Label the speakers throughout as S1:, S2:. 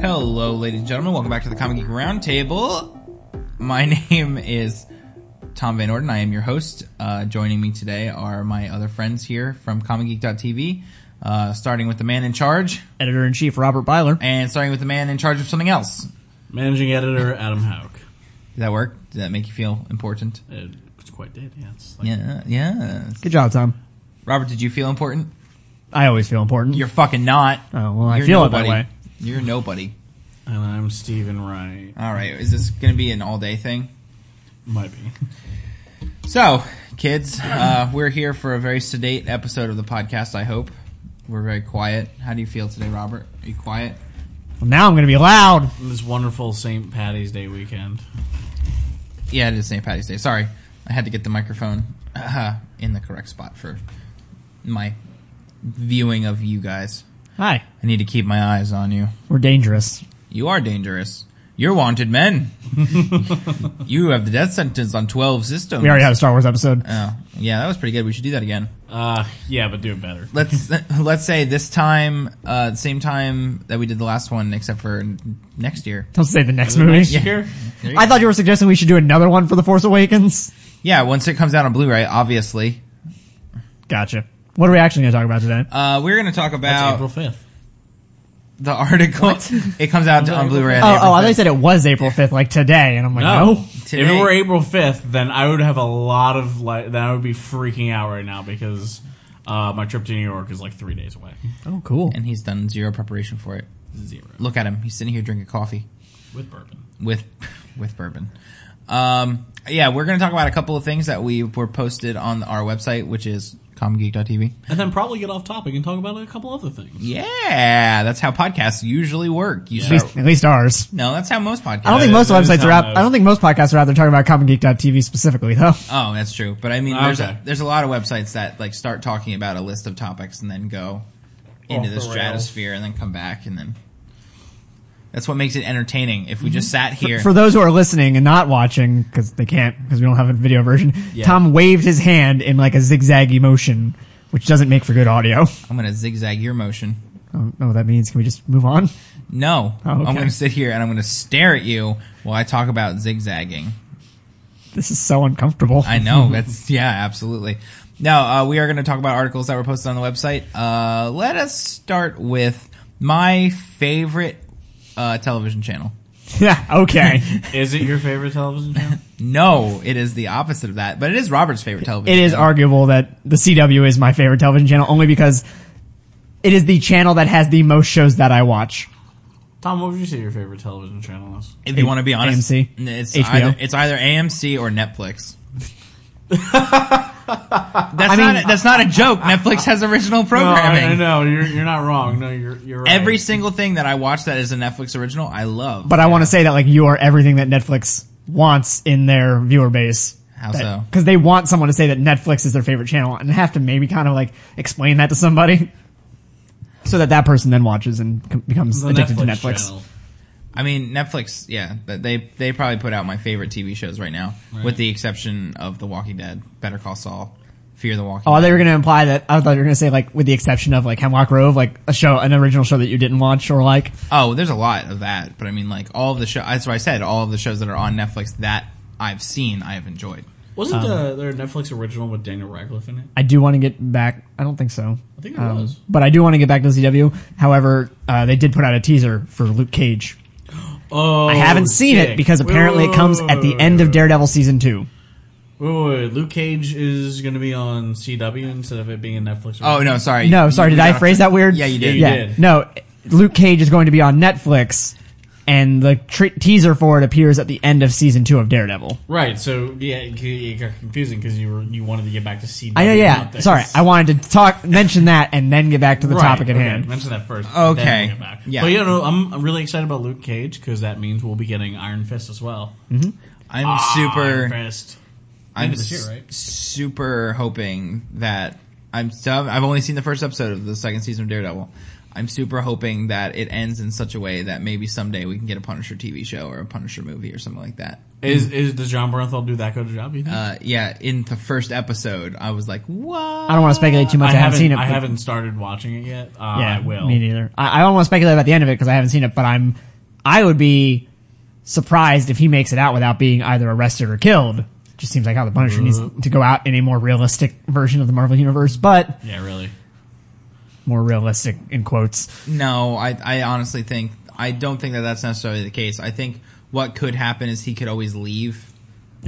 S1: Hello, ladies and gentlemen. Welcome back to the Comic Geek Roundtable. My name is Tom Van Orden. I am your host. Uh, joining me today are my other friends here from ComicGeek.tv, uh, starting with the man in charge
S2: Editor in chief Robert Byler.
S1: and starting with the man in charge of something else. Did
S3: Managing editor Adam Hauk.
S1: that work? Did that make you feel important?
S3: It quite did, yeah. It's like,
S1: Yeah, yes.
S2: Good job, Tom.
S1: Robert, did you feel important?
S2: I always feel important.
S1: You're fucking not.
S2: Oh, well, I
S1: You're
S2: feel it that
S1: nobody.
S2: way.
S1: You're nobody.
S3: And I'm Stephen Wright.
S1: All right. Is this going to be an all day thing?
S3: Might be.
S1: So, kids, uh, we're here for a very sedate episode of the podcast, I hope. We're very quiet. How do you feel today, Robert? Are you quiet?
S2: Well, now I'm going to be loud.
S3: This wonderful St. Patty's Day weekend.
S1: Yeah, it is St. Patty's Day. Sorry. I had to get the microphone uh, in the correct spot for my viewing of you guys.
S2: Hi.
S1: I need to keep my eyes on you.
S2: We're dangerous.
S1: You are dangerous. You're wanted men. you have the death sentence on 12 systems.
S2: We already had a Star Wars episode.
S1: Oh, yeah, that was pretty good. We should do that again.
S3: Uh, yeah, but do it better.
S1: let's let's say this time, uh, same time that we did the last one, except for next year.
S2: Don't say the next
S3: The
S2: movie.
S3: next year?
S1: There you
S2: I
S1: go.
S2: thought you were suggesting we should do another one for The Force Awakens.
S1: yeah, once it comes out on Blu-ray, obviously.
S2: Gotcha. What are we actually going to talk about today?
S1: Uh, we're gonna talk
S3: That's
S1: about
S3: April 5th.
S1: the article. It comes out on Blu-ray. on
S2: oh,
S1: Uh, April
S2: oh, I thought you
S1: 5th.
S2: said it was April 5th, like today. And I'm like, no.
S1: Today-
S3: If it were April 5th, then I would have a lot of, like, then I would be freaking out right now because uh, my trip to New York is like three days away.
S2: Oh, cool.
S1: and he's done zero preparation for it.
S3: Zero.
S1: Look at him; he's sitting here drinking coffee
S3: With bourbon.
S1: with with bourbon. Um, yeah, we're gonna talk about a couple of things that we were posted on our website, which is comgeek.tv.
S3: And then probably get off topic and talk about a couple other things.
S1: Yeah, that's how podcasts usually work. You
S3: Yeah.
S2: At
S1: start.
S2: least, at least ours.
S1: No, that's how most podcasts.
S2: I don't think
S3: Uh,
S2: most
S3: it is
S2: websites are
S3: how
S2: out. I
S3: most-
S2: don't think most podcasts are out there talking about CommonGeek.tv specifically, though.
S1: Oh, that's true. But I mean, there's
S3: Okay.
S1: a, there's a lot of websites that like start talking about a list of topics and then go
S2: Oh,
S1: into
S3: Off
S1: the
S3: the rails.
S1: stratosphere and then come back and then that's what makes it entertaining. If we just sat here,
S2: Mm-hmm. For those who are listening and not watching, because they can't, because we don't have a video version,
S3: Yeah.
S2: Tom waved his hand in like a zigzaggy motion, which doesn't make for good audio.
S1: I'm gonna zigzag your motion.
S2: I don't know what that means. Can we just move on?
S1: No,
S2: Oh,
S1: I'm
S2: okay.
S1: gonna sit here and I'm gonna stare at you while I talk about zigzagging.
S2: This is so uncomfortable.
S1: I know that's yeah, absolutely. Now uh, we are going to talk about articles that were posted on the website. Uh, let us start with my favorite uh, television channel.
S2: yeah, okay.
S3: Is it your favorite television channel?
S1: No, it is the opposite of that, but it is Robert's favorite television.
S2: it is
S1: channel.
S2: arguable that the CW is my favorite television channel only because it is the channel that has the most shows that I watch.
S3: Tom, what would you say your favorite television channel is?
S1: If you want to be honest,
S2: AMC?
S1: n- it's
S2: HBO?
S1: either it's either AMC or Netflix. that's not a, that's not a joke. Netflix has original programming.
S3: No, I, I know you're you're not wrong. No, you're you're right.
S1: Every single thing that I watch that is a Netflix original, I love.
S2: But I want to say that like you are everything that Netflix wants in their viewer base.
S1: How so?
S2: Because they want someone to say that Netflix is their favorite channel and have to maybe kind of like explain that to somebody, so that that person then watches and com- becomes
S3: The
S2: addicted to Netflix.
S3: channel.
S1: I mean, Netflix, yeah, but they they probably put out my favorite TV shows right now, with the exception of The Walking Dead, Better Call Saul, Fear the Walking.
S2: Oh, I
S1: Dead.
S2: thought you were going to imply that. I thought you were going to say like, with the exception of like Hemlock Grove, like a show, an original show that you didn't watch or like.
S1: Oh, there's a lot of that, but I mean, like all of the show. That's why I said all of the shows that are on Netflix that I've seen, I have enjoyed.
S2: Um,
S3: Wasn't uh, there a Netflix original with Daniel Radcliffe in it?
S2: I do want to get back. I don't think so. Um,
S3: I think it was.
S2: But I do want to get back to the CW. However, uh, they did put out a teaser for Luke Cage.
S3: Oh,
S2: I haven't seen it because apparently it comes at the end of Daredevil season two.
S3: Wait, wait, wait. Luke Cage is going to be on CW instead of it being a Netflix.
S1: Oh no, sorry.
S2: No,
S1: You-
S2: sorry,
S1: you
S2: did I
S1: gotta-
S2: phrase that weird?
S1: Yeah, you did.
S3: Yeah,
S2: Yeah,
S3: you did.
S2: no, Luke Cage is going to be on Netflix, and the tre- teaser for it appears at the end of season two of Daredevil.
S3: right. So yeah, it, it got confusing because you were you wanted to get back to CW.
S2: I know, yeah.
S3: not this.
S2: Sorry, I wanted to talk, mention that, and then get back to the
S3: Right,
S2: topic at
S3: okay,
S2: hand.
S3: Mention that first.
S1: Okay,
S3: then we'll get back.
S1: yeah.
S3: But you know, I'm I'm really excited about Luke Cage because that means we'll be getting Iron Fist as well.
S2: Mm-hmm.
S3: Ah,
S1: I'm super.
S3: Iron Fist.
S1: I'm
S3: End of this year,
S1: s-
S3: right?
S1: super hoping that I'm. so- I've only seen the first episode of the second season of Daredevil. I'm super hoping that it ends in such a way that maybe someday we can get a Punisher TV show or a Punisher movie or something like that.
S3: Is is does John Bernthal do that good a job? You think?
S1: Uh, yeah, in the first episode, I was like, "What?"
S2: I don't want to speculate too much. I, haven't, seen it.
S3: I
S2: but-
S3: haven't started watching it yet. Uh,
S2: Yeah,
S3: I will.
S2: Me neither. I, I don't want to speculate about the end of it because I haven't seen it, but I'm I would be surprised if he makes it out without being either arrested or killed. Just seems like how the Punisher needs to go out in a more realistic version of the Marvel universe, but
S3: Yeah, really.
S2: more realistic in quotes.
S1: No, I, I honestly think I don't think that that's necessarily the case. I think what could happen is he could always leave,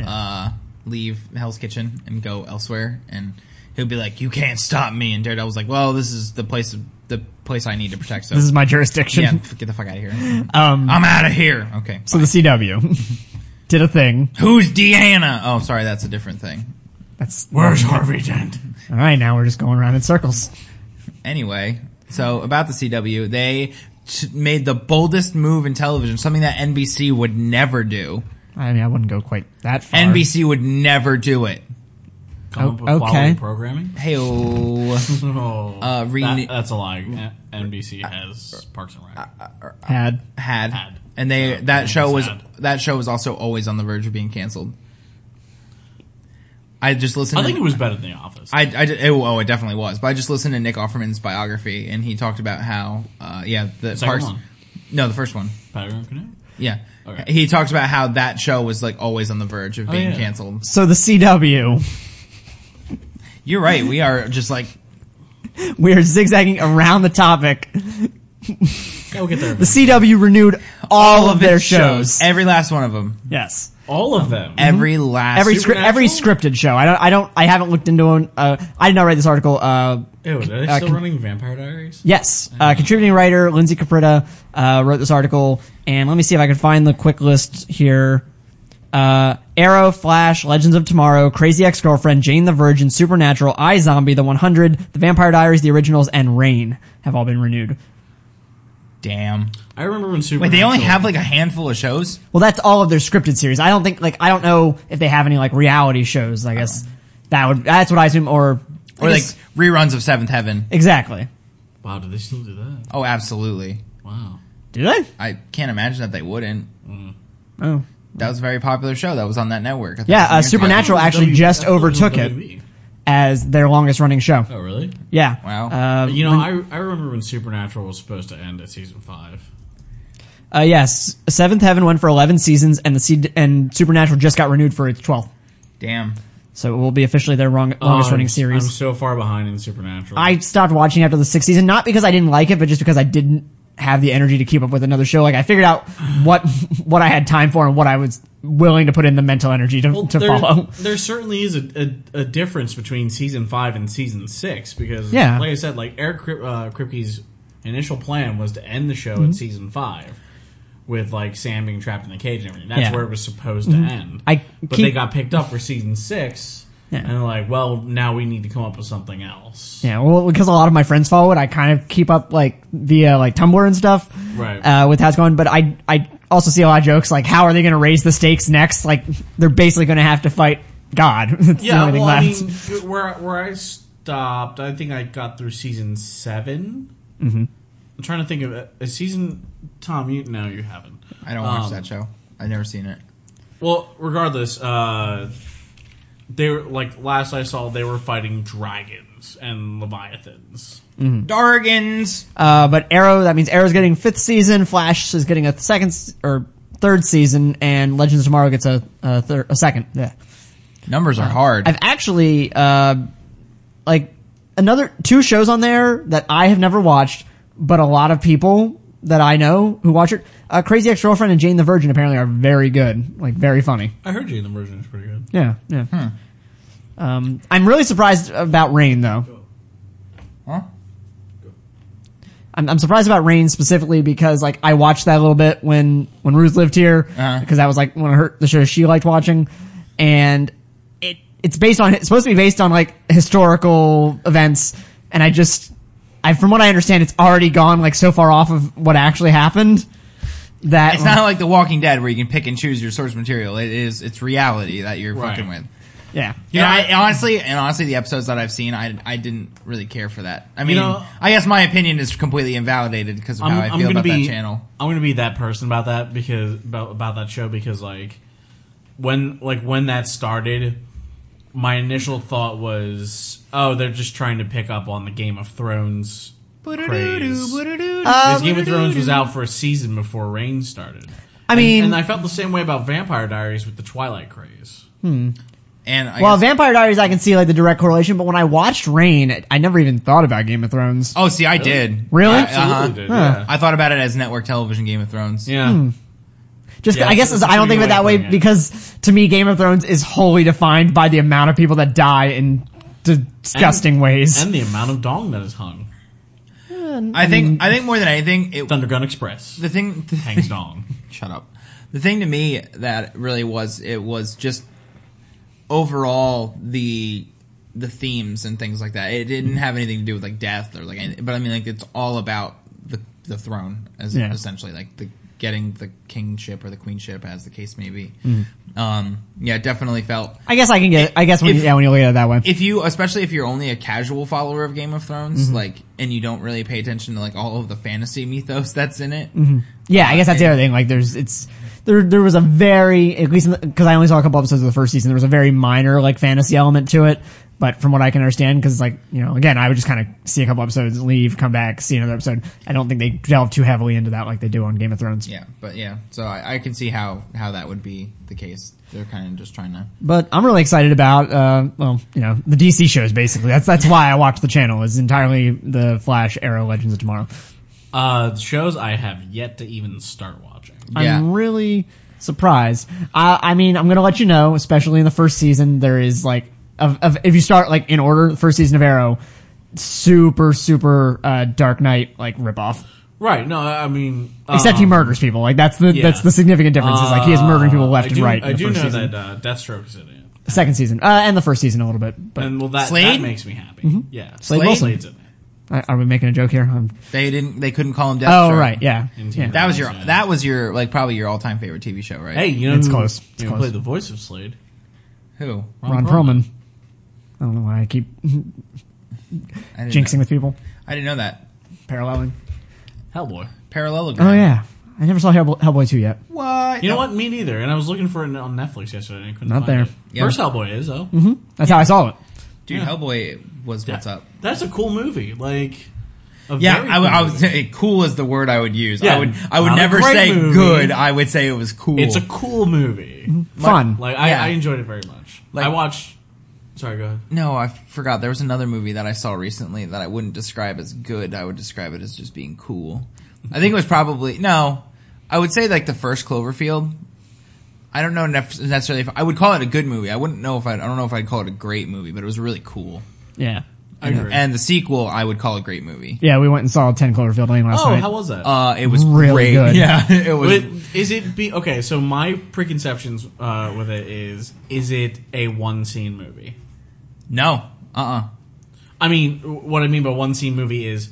S1: uh, leave Hell's Kitchen and go elsewhere, and he'll be like, "You can't stop me." And Daredevil's like, "Well, this is the place, the place I need to protect." So
S2: This is Um, my jurisdiction.
S1: yeah, f- get the fuck out of here. I'm out of here. Okay,
S2: So the CW did a thing.
S1: who's Deanna? Oh, sorry, that's a different thing.
S2: That's
S3: Where's Harvey Dent?
S2: all right. Now we're just going around in circles.
S1: Anyway, so about the CW, they t- made the boldest move in television, something that NBC would never do.
S2: I mean, I wouldn't go quite that far.
S1: NBC would never do it.
S3: Come up with
S2: okay.
S3: quality programming.
S1: Hey,
S3: Oh,
S1: Uh, rene-
S3: that- that's a lie. Uh, NBC has Parks and Rec.
S2: had.
S1: had.
S3: Had.
S1: and they that
S3: it
S1: show was
S3: was had.
S1: that show was also always on the verge of being canceled. I just listened.
S3: I
S1: to-
S3: think it was better than The Office.
S1: I, I did- oh, oh, it definitely was. But I just listened to Nick Offerman's biography, and he talked about how, uh, yeah, the
S3: Second
S1: Parks.
S3: one.
S1: No, the first one.
S3: Paragraph Canoe?
S1: Yeah,
S3: Okay. Oh,
S1: he talked about how that show was like always on the verge of being
S3: yeah.
S1: canceled.
S2: So the CW,
S1: You're right. We are just like
S2: we are zigzagging around the topic.
S3: Yeah, we'll get there.
S2: The CW renewed all, of their
S1: its
S2: shows.
S1: every last one of them,
S2: Yes.
S3: All of them.
S1: every last
S2: Every scri- every scripted show. I don't. I don't. I haven't looked into one. Uh, I did not read this article. Uh,
S3: Ew, are they
S2: Uh,
S3: still
S2: con-
S3: running Vampire Diaries?
S2: yes,
S1: Uh-huh.
S2: uh, contributing writer Lindsay Caprita uh, wrote this article, and let me see if I can find the quick list here. Uh, Arrow, Flash, Legends of Tomorrow, Crazy Ex-Girlfriend, Jane the Virgin, Supernatural, I Zombie, The 100, The Vampire Diaries, The Originals, and Rain have all been renewed.
S1: damn.
S3: I remember when Super.
S1: Wait, they only have like a handful of shows.
S2: Well, that's all of their scripted series. I don't think like I don't know if they have any like reality shows. I guess that would that's what I assume or I
S1: Or like
S2: guess-
S1: reruns of Seventh Heaven.
S2: exactly.
S3: Wow, did they still do that?
S1: Oh, absolutely.
S3: Wow.
S2: Do they?
S1: I can't imagine that they wouldn't.
S2: Oh.
S1: That was a very popular show that was on that network. I think
S2: Yeah,
S1: some
S2: uh,
S1: years ago.
S2: Supernatural actually
S3: W-
S2: just
S3: I thought it was
S2: overtook it
S3: WWE.
S2: as their longest running show.
S3: Oh, really?
S2: Yeah.
S1: Wow.
S2: Uh,
S3: You know, I, I remember when Supernatural was supposed to end at season five.
S2: uh, yes, Seventh Heaven went for 11 seasons and the C- and Supernatural just got renewed for its 12th.
S1: Damn.
S2: So it will be officially their wrong- longest
S3: Oh,
S2: running
S3: I'm- I'm
S2: series.
S3: so far behind in Supernatural.
S2: I stopped watching after the 6th season not because I didn't like it but just because I didn't have the energy to keep up with another show. Like I figured out what what I had time for and what I was willing to put in the mental energy to,
S3: Well,
S2: to
S3: there,
S2: follow.
S3: there certainly is a, a, a difference between season five and season six because,
S2: Yeah.
S3: like I said, like Eric Krip, uh, Kripke's initial plan was to end the show
S2: Mm-hmm.
S3: at season five with like Sam being trapped in the cage and everything. That's
S2: Yeah. Mm-hmm.
S3: where it was supposed to end.
S2: I
S3: but
S2: keep-
S3: they got picked up for season six,
S2: Yeah.
S3: and they're like, well, now we need to come up with something else.
S2: Yeah, well, because a lot of my friends follow it, I kind of keep up like via like Tumblr and stuff,
S3: Right.
S2: Uh, with how it's going, but I I also see a lot of jokes like, how are they going to raise the stakes next? Like, they're basically going to have to fight God. That's the
S3: Yeah,
S2: only thing
S3: well, I
S2: left.
S3: mean, where where I stopped, I think I got through season 7 Mm-hmm. I'm trying to think of a, a season. Tom, you no, you haven't.
S1: I don't watch
S3: Um,
S1: that show. I've never seen it.
S3: Well, regardless, uh, they were like last I saw, they were fighting dragons and leviathans.
S1: Dargans.
S2: uh, but Arrow, that means Arrow's getting fifth season, Flash is getting a second s- or third season, and Legends of Tomorrow gets a a, thir- a second. Yeah.
S1: Numbers are hard.
S2: I've actually uh, like another two shows on there that I have never watched, but a lot of people that I know who watch it, uh, Crazy Ex-Girlfriend and Jane the Virgin apparently are very good, like very funny.
S3: I heard you in the version is pretty good.
S2: Yeah, yeah.
S1: Hmm.
S2: Um, I'm really surprised about Rain though.
S1: huh?
S2: I'm, I'm surprised about Rain specifically because like I watched that a little bit when when Ruth lived here
S1: Uh-huh.
S2: because that was like one of her the shows she liked watching, and it it's based on it's supposed to be based on like historical events, and I just I from what I understand it's already gone like so far off of what actually happened that
S1: It's not like The Walking Dead where you can pick and choose your source material. It is it's reality that you're
S3: Right.
S1: fucking with.
S2: yeah
S1: Yeah, I, honestly, and honestly, the episodes that I've seen, I, I didn't really care for that. I mean,
S3: know-
S1: I guess my opinion is completely invalidated because of how I feel
S3: gonna
S1: about
S3: be,
S1: that channel.
S3: I'm gonna be that person about that because about, about that show because like when like when that started, my initial thought was, oh, they're just trying to pick up on the Game of Thrones Craze.
S1: Uh,
S3: Because Game of Thrones was out for a season before Rain started.
S2: I
S3: And-
S2: mean-
S3: and, I felt the same way about Vampire Diaries with the Twilight craze.
S1: and I
S2: Well,
S1: guess-
S2: Vampire Diaries, I can see like the direct correlation, but when I watched Rain, I never even thought about Game of Thrones.
S1: oh, see, I did
S2: Really?
S1: I,
S3: Absolutely
S1: uh-huh.
S3: did, yeah.
S1: I thought about it as network television Game of Thrones.
S3: yeah.
S2: Hmm. Just,
S3: Yeah,
S2: I guess
S3: it's- it's
S2: I don't
S3: a
S2: think of it
S3: way
S2: that
S3: of
S2: way
S3: putting it.
S2: because to me, Game of Thrones is wholly defined by the amount of people that die in d- disgusting ways.
S3: And the amount of dong that is hung.
S1: I think I think more than anything, it,
S3: Thundergun Express
S1: the thing the
S3: hangs dong.
S1: shut up. The thing to me that really was it was just overall the the themes and things like that. It didn't have anything to do with like death or like, any- but I mean like it's all about the the throne as
S2: Yeah.
S1: essentially like the getting the kingship or the queenship as the case may be. Um, yeah, it definitely felt
S2: I guess I can get. I guess when,
S1: If-
S2: yeah, when you look at it that way,
S1: if you especially if you're only a casual follower of Game of Thrones,
S2: Mm-hmm.
S1: like and you don't really pay attention to like all of the fantasy mythos that's in it.
S2: Mm-hmm. yeah, I guess that's the other thing. Like, there's it's there. There was a very at least because I only saw a couple episodes of the first season. There was a very minor like fantasy element to it, but from what I can understand, because like you know, again, I would just kind of see a couple episodes, leave, come back, see another episode. I don't think they delve too heavily into that like they do on Game of Thrones.
S1: Yeah, but yeah, so I, I can see how how that would be the case. They're kind of just trying to.
S2: But I'm really excited about, uh, well, you know, the DC shows basically. That's that's why I watch the channel is entirely the Flash, Arrow, Legends of Tomorrow.
S3: Uh, the shows I have yet to even start watching.
S1: Yeah.
S2: I'm really surprised. I, I mean, I'm gonna let you know, especially in the first season, there is like, of, of if you start like in order, the first season of Arrow, super super uh, Dark Knight like ripoff.
S3: Right? No, I mean,
S2: Except he
S3: um,
S2: murder murders people. Like that's the
S3: yeah. Uh,
S2: that's the significant difference. Is like he is murdering people
S3: I
S2: left
S3: do-
S2: and right. In
S3: I
S2: the
S3: do
S2: first
S3: know
S2: season.
S3: that uh, Deathstroke is in it,
S2: Second season uh, and the first season a little bit, but Mm-hmm.
S3: and well, that
S1: Slade?
S3: that makes me happy. Yeah,
S2: Slade
S1: Wilson.
S3: Slade's in it.
S2: I, are we making a joke here? I'm,
S1: They didn't. They couldn't call him Death.
S2: oh
S1: Stroke.
S2: right, yeah.
S3: Indeed.
S2: yeah.
S1: That was your.
S3: Yeah.
S1: That was your like probably your all time favorite TV show, right?
S3: Hey, you know
S2: It's
S3: who-
S2: close. It's
S3: you know who
S2: close.
S3: played the voice of Slade.
S1: who?
S2: Ron Perlman. I don't know why I keep
S1: I didn't
S2: jinxing
S1: Know.
S2: with people,
S1: I didn't know that.
S2: paralleling.
S3: Hellboy.
S1: Parallelogram.
S2: Oh yeah, I never saw Hellboy, Hellboy two yet.
S1: What?
S3: You know what? Me neither. And I was looking for it on Netflix yesterday, and I couldn't.
S2: Not
S3: find
S2: there. Mm-hmm.
S3: It.
S1: Yeah.
S3: First Hellboy is though.
S2: That's how I saw it.
S1: dude?
S3: Yeah.
S1: Hellboy was what's up.
S3: That's a cool movie. Like, a
S1: Yeah,
S3: very
S1: I,
S3: cool
S1: w- I would
S3: movie.
S1: say cool is the word I would use. I
S3: Yeah,
S1: would. I would
S3: not a
S1: never
S3: great
S1: say
S3: movie.
S1: good. I would say it was cool.
S3: it's a cool movie.
S2: Mm-hmm. Fun.
S3: Like, I,
S1: Yeah.
S3: I enjoyed it very much.
S1: Like-
S3: I watched. Sorry, go ahead.
S1: No, I forgot. There was another movie that I saw recently that I wouldn't describe as good. I would describe it as just being cool. I think it was probably no. I would say like the first Cloverfield. I don't know nef- necessarily. If, I would call it a good movie. I wouldn't know if I'd, I don't know if I'd call it a great movie, but it was really cool.
S2: Yeah,
S3: I agree.
S1: And the sequel, I would call a great movie.
S2: yeah. We went and saw Ten Cloverfield Lane last
S3: oh,
S2: night.
S3: how was that?
S1: Uh, it was great.
S2: Really good.
S1: Yeah, it was.
S3: But is it be okay? So my preconceptions uh, with it is: is it a one scene movie?
S1: no, uh, uh
S3: I mean, what I mean by one scene movie is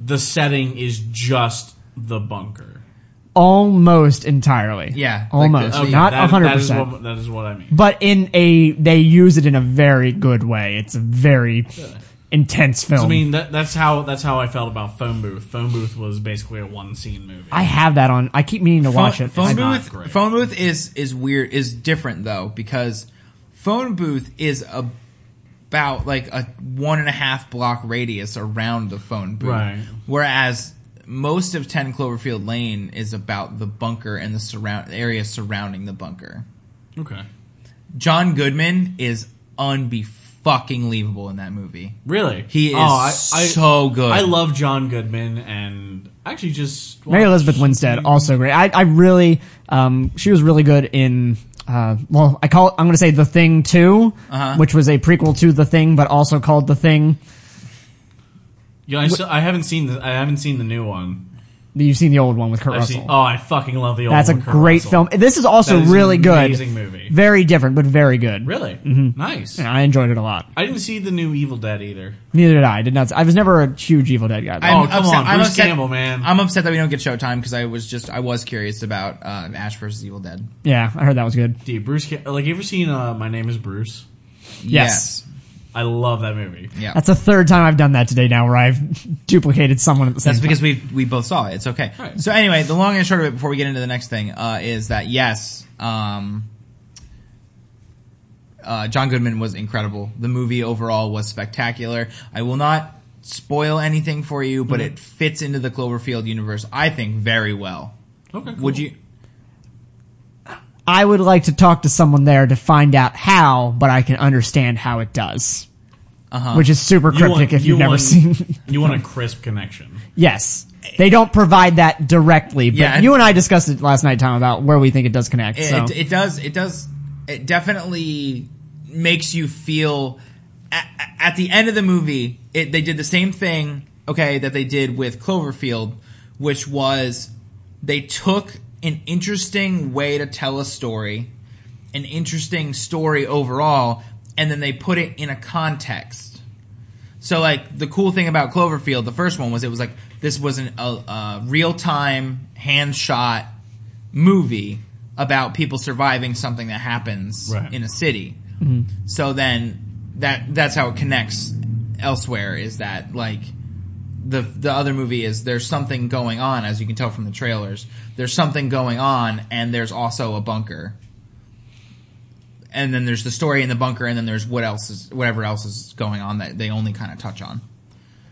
S3: the setting is just the bunker.
S2: Almost entirely.
S1: Yeah, like
S2: almost
S1: the- Okay,
S2: not
S3: uh, that-
S2: hundred
S3: that is
S2: percent.
S3: what- That is what I mean.
S2: But in a, they use it in a very good way. It's a very intense film.
S3: I mean, that, that's how that's how I felt about Phone Booth. Phone Booth was basically a one scene movie.
S2: I have that on. I keep meaning to watch it.
S1: Phone
S3: It's not
S1: booth.
S3: great.
S1: Phone booth is is weird. Is different though because phone booth is about like a one and a half block radius around the phone booth,
S3: Right.
S1: whereas most of Ten Cloverfield Lane is about the bunker and the surround area surrounding the bunker.
S3: okay,
S1: John Goodman is unbe fucking leavable in that movie.
S3: really, Oh,
S1: He is so good.
S3: I love John Goodman, and actually just
S2: Mary Elizabeth Winstead also great. I, I really, um, she was really good in. Uh, well, I call it, I'm going to say The Thing 2,
S3: Uh-huh.
S2: which was a prequel to The Thing, but also called The Thing.
S3: Yeah, I, still, I haven't seen the I haven't seen the new one.
S2: You've seen the old one with Kurt
S3: I've
S2: Russell.
S3: seen, oh, I fucking love the old.
S2: That's a
S3: one, Kurt
S2: great
S3: Russell.
S2: film. This is also
S3: That is an
S2: really good.
S3: amazing movie.
S2: Very different, but very good.
S3: Really
S2: Mm-hmm.
S3: nice.
S2: I enjoyed it a lot.
S3: I didn't see the new Evil Dead either.
S2: Neither did I. I did not. I was never a huge Evil Dead guy. though.
S3: Oh, come on, Bruce Campbell, man.
S1: I'm upset that we don't get Showtime because I was just I was curious about uh, Ash versus Evil Dead.
S2: yeah, I heard that was good.
S3: Dude, Bruce, Ca- like, you ever seen uh, My Name Is Bruce?
S2: Yes.
S3: I love that movie.
S1: Yeah.
S2: That's the third time I've done that today now, where I've duplicated someone at the same
S1: That's
S2: time.
S1: because we we both saw it. It's okay.
S3: Right.
S1: So anyway, the long and short of it before we get into the next thing uh, is that yes, um, uh, John Goodman was incredible. The movie overall was spectacular. I will not spoil anything for you, but it fits into the Cloverfield universe, I think, very well.
S3: Okay. Cool.
S1: Would you?
S2: I would like to talk to someone there to find out how, but I can understand how it does. Which is super
S3: Uh-huh. You
S2: cryptic
S3: want-
S2: if
S3: you
S2: you've never
S3: want-
S2: seen.
S3: you want a crisp connection.
S2: yes. They don't provide that directly, but
S1: Yeah, and-
S2: you and I discussed it last night, Tom, about where we think it does connect.
S1: It,
S2: so.
S1: it, it does. It does. It definitely makes you feel. At, at the end of the movie, it, they did the same thing. Okay, that they did with Cloverfield, which was they took an interesting way to tell a story, an interesting story overall, and then they put it in a context. So like the cool thing about Cloverfield, the first one was it was like this was an, a, a real time hand shot movie about people surviving something that happens
S3: Right.
S1: in a city. So then that that's how it connects elsewhere is that like the the other movie is there's something going on as you can tell from the trailers. There's something going on and there's also a bunker. And then there's the story in the bunker and then there's what else is whatever else is going on that they only kind of touch on.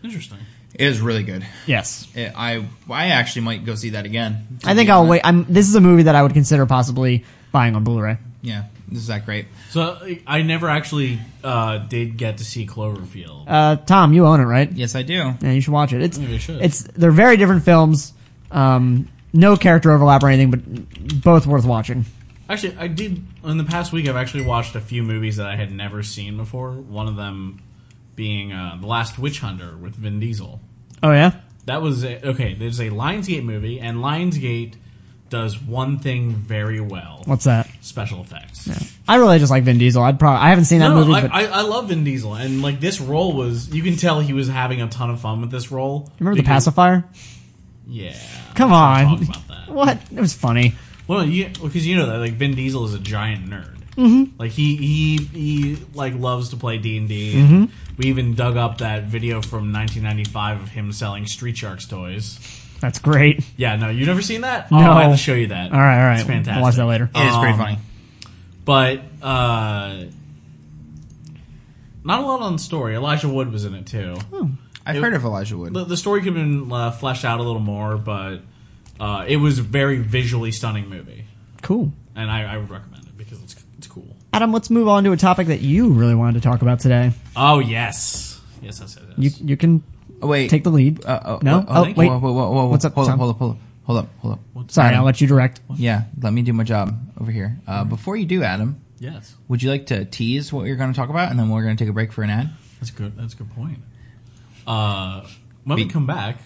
S3: Interesting.
S1: It is really good.
S2: yes.
S1: It, I I actually might go see that again.
S2: I think I'll wait. I'm, this is a movie that I would consider possibly buying on Blu-ray.
S1: Yeah, this is that great.
S3: So I- I never actually uh, did get to see Cloverfield.
S2: Uh, Tom, you own it, right?
S1: Yes, I do.
S2: Yeah, you should watch it. It's
S3: Maybe I should.
S2: it's they're very different films. Um, no character overlap or anything, but both worth watching.
S3: Actually, I did in the past week. I've actually watched a few movies that I had never seen before. One of them being uh, the Last Witch Hunter with Vin Diesel.
S2: Oh yeah,
S3: That was a, okay. There's a Lionsgate movie, and Lionsgate does one thing very well:
S2: what's that?
S3: special effects.
S2: I really just like Vin Diesel. I'd probably I haven't seen that
S3: No,
S2: movie,
S3: I,
S2: but
S3: I, I love Vin Diesel, and like this role was, you can tell he was having a ton of fun with this role.
S2: remember the
S3: because-
S2: pacifier?
S3: Yeah.
S2: Come
S3: let's not
S2: on.
S3: Talk about that.
S2: What? It was funny.
S3: Well, you because you know that like Vin Diesel is a giant nerd. Mm-hmm. Like he he he like loves to play D and
S2: Mm-hmm.
S3: D. We even dug up that video from 1995 of him selling Street Sharks toys.
S2: That's great.
S3: Yeah, no, you've never seen that.
S2: No.
S3: oh, I have to show you that.
S2: All right, all right.
S3: it's fantastic.
S2: We'll watch that later.
S1: It is pretty
S3: Um,
S1: funny.
S3: But uh, not a lot on the story. Elijah Wood was in it too.
S2: Hmm.
S1: I've
S3: it-
S1: heard of Elijah Wood.
S3: The, the story could have been uh, fleshed out a little more, but uh, it was a very visually stunning movie,
S2: Cool.
S3: and I, I would recommend it because it's it's cool.
S2: Adam, let's move on to a topic that you really wanted to talk about today.
S3: Oh yes, yes, yes, yes.
S2: You you can
S1: Oh, wait,
S2: take the lead.
S1: Uh, oh,
S2: no.
S1: Oh,
S2: Oh, wait.
S1: Whoa, whoa, whoa, whoa, whoa.
S2: What's up,
S1: Hold
S2: Tom?
S1: up, hold up, hold up, hold up, hold up.
S2: Sorry, I'll let you direct.
S1: Yeah, let me do my job over here. Uh, before you do, Adam,
S3: yes,
S1: would you like to tease what you're going to talk about, and then we're going to take a break for an ad?
S3: that's good. That's a good point. Uh, when we
S1: Be-
S3: come back,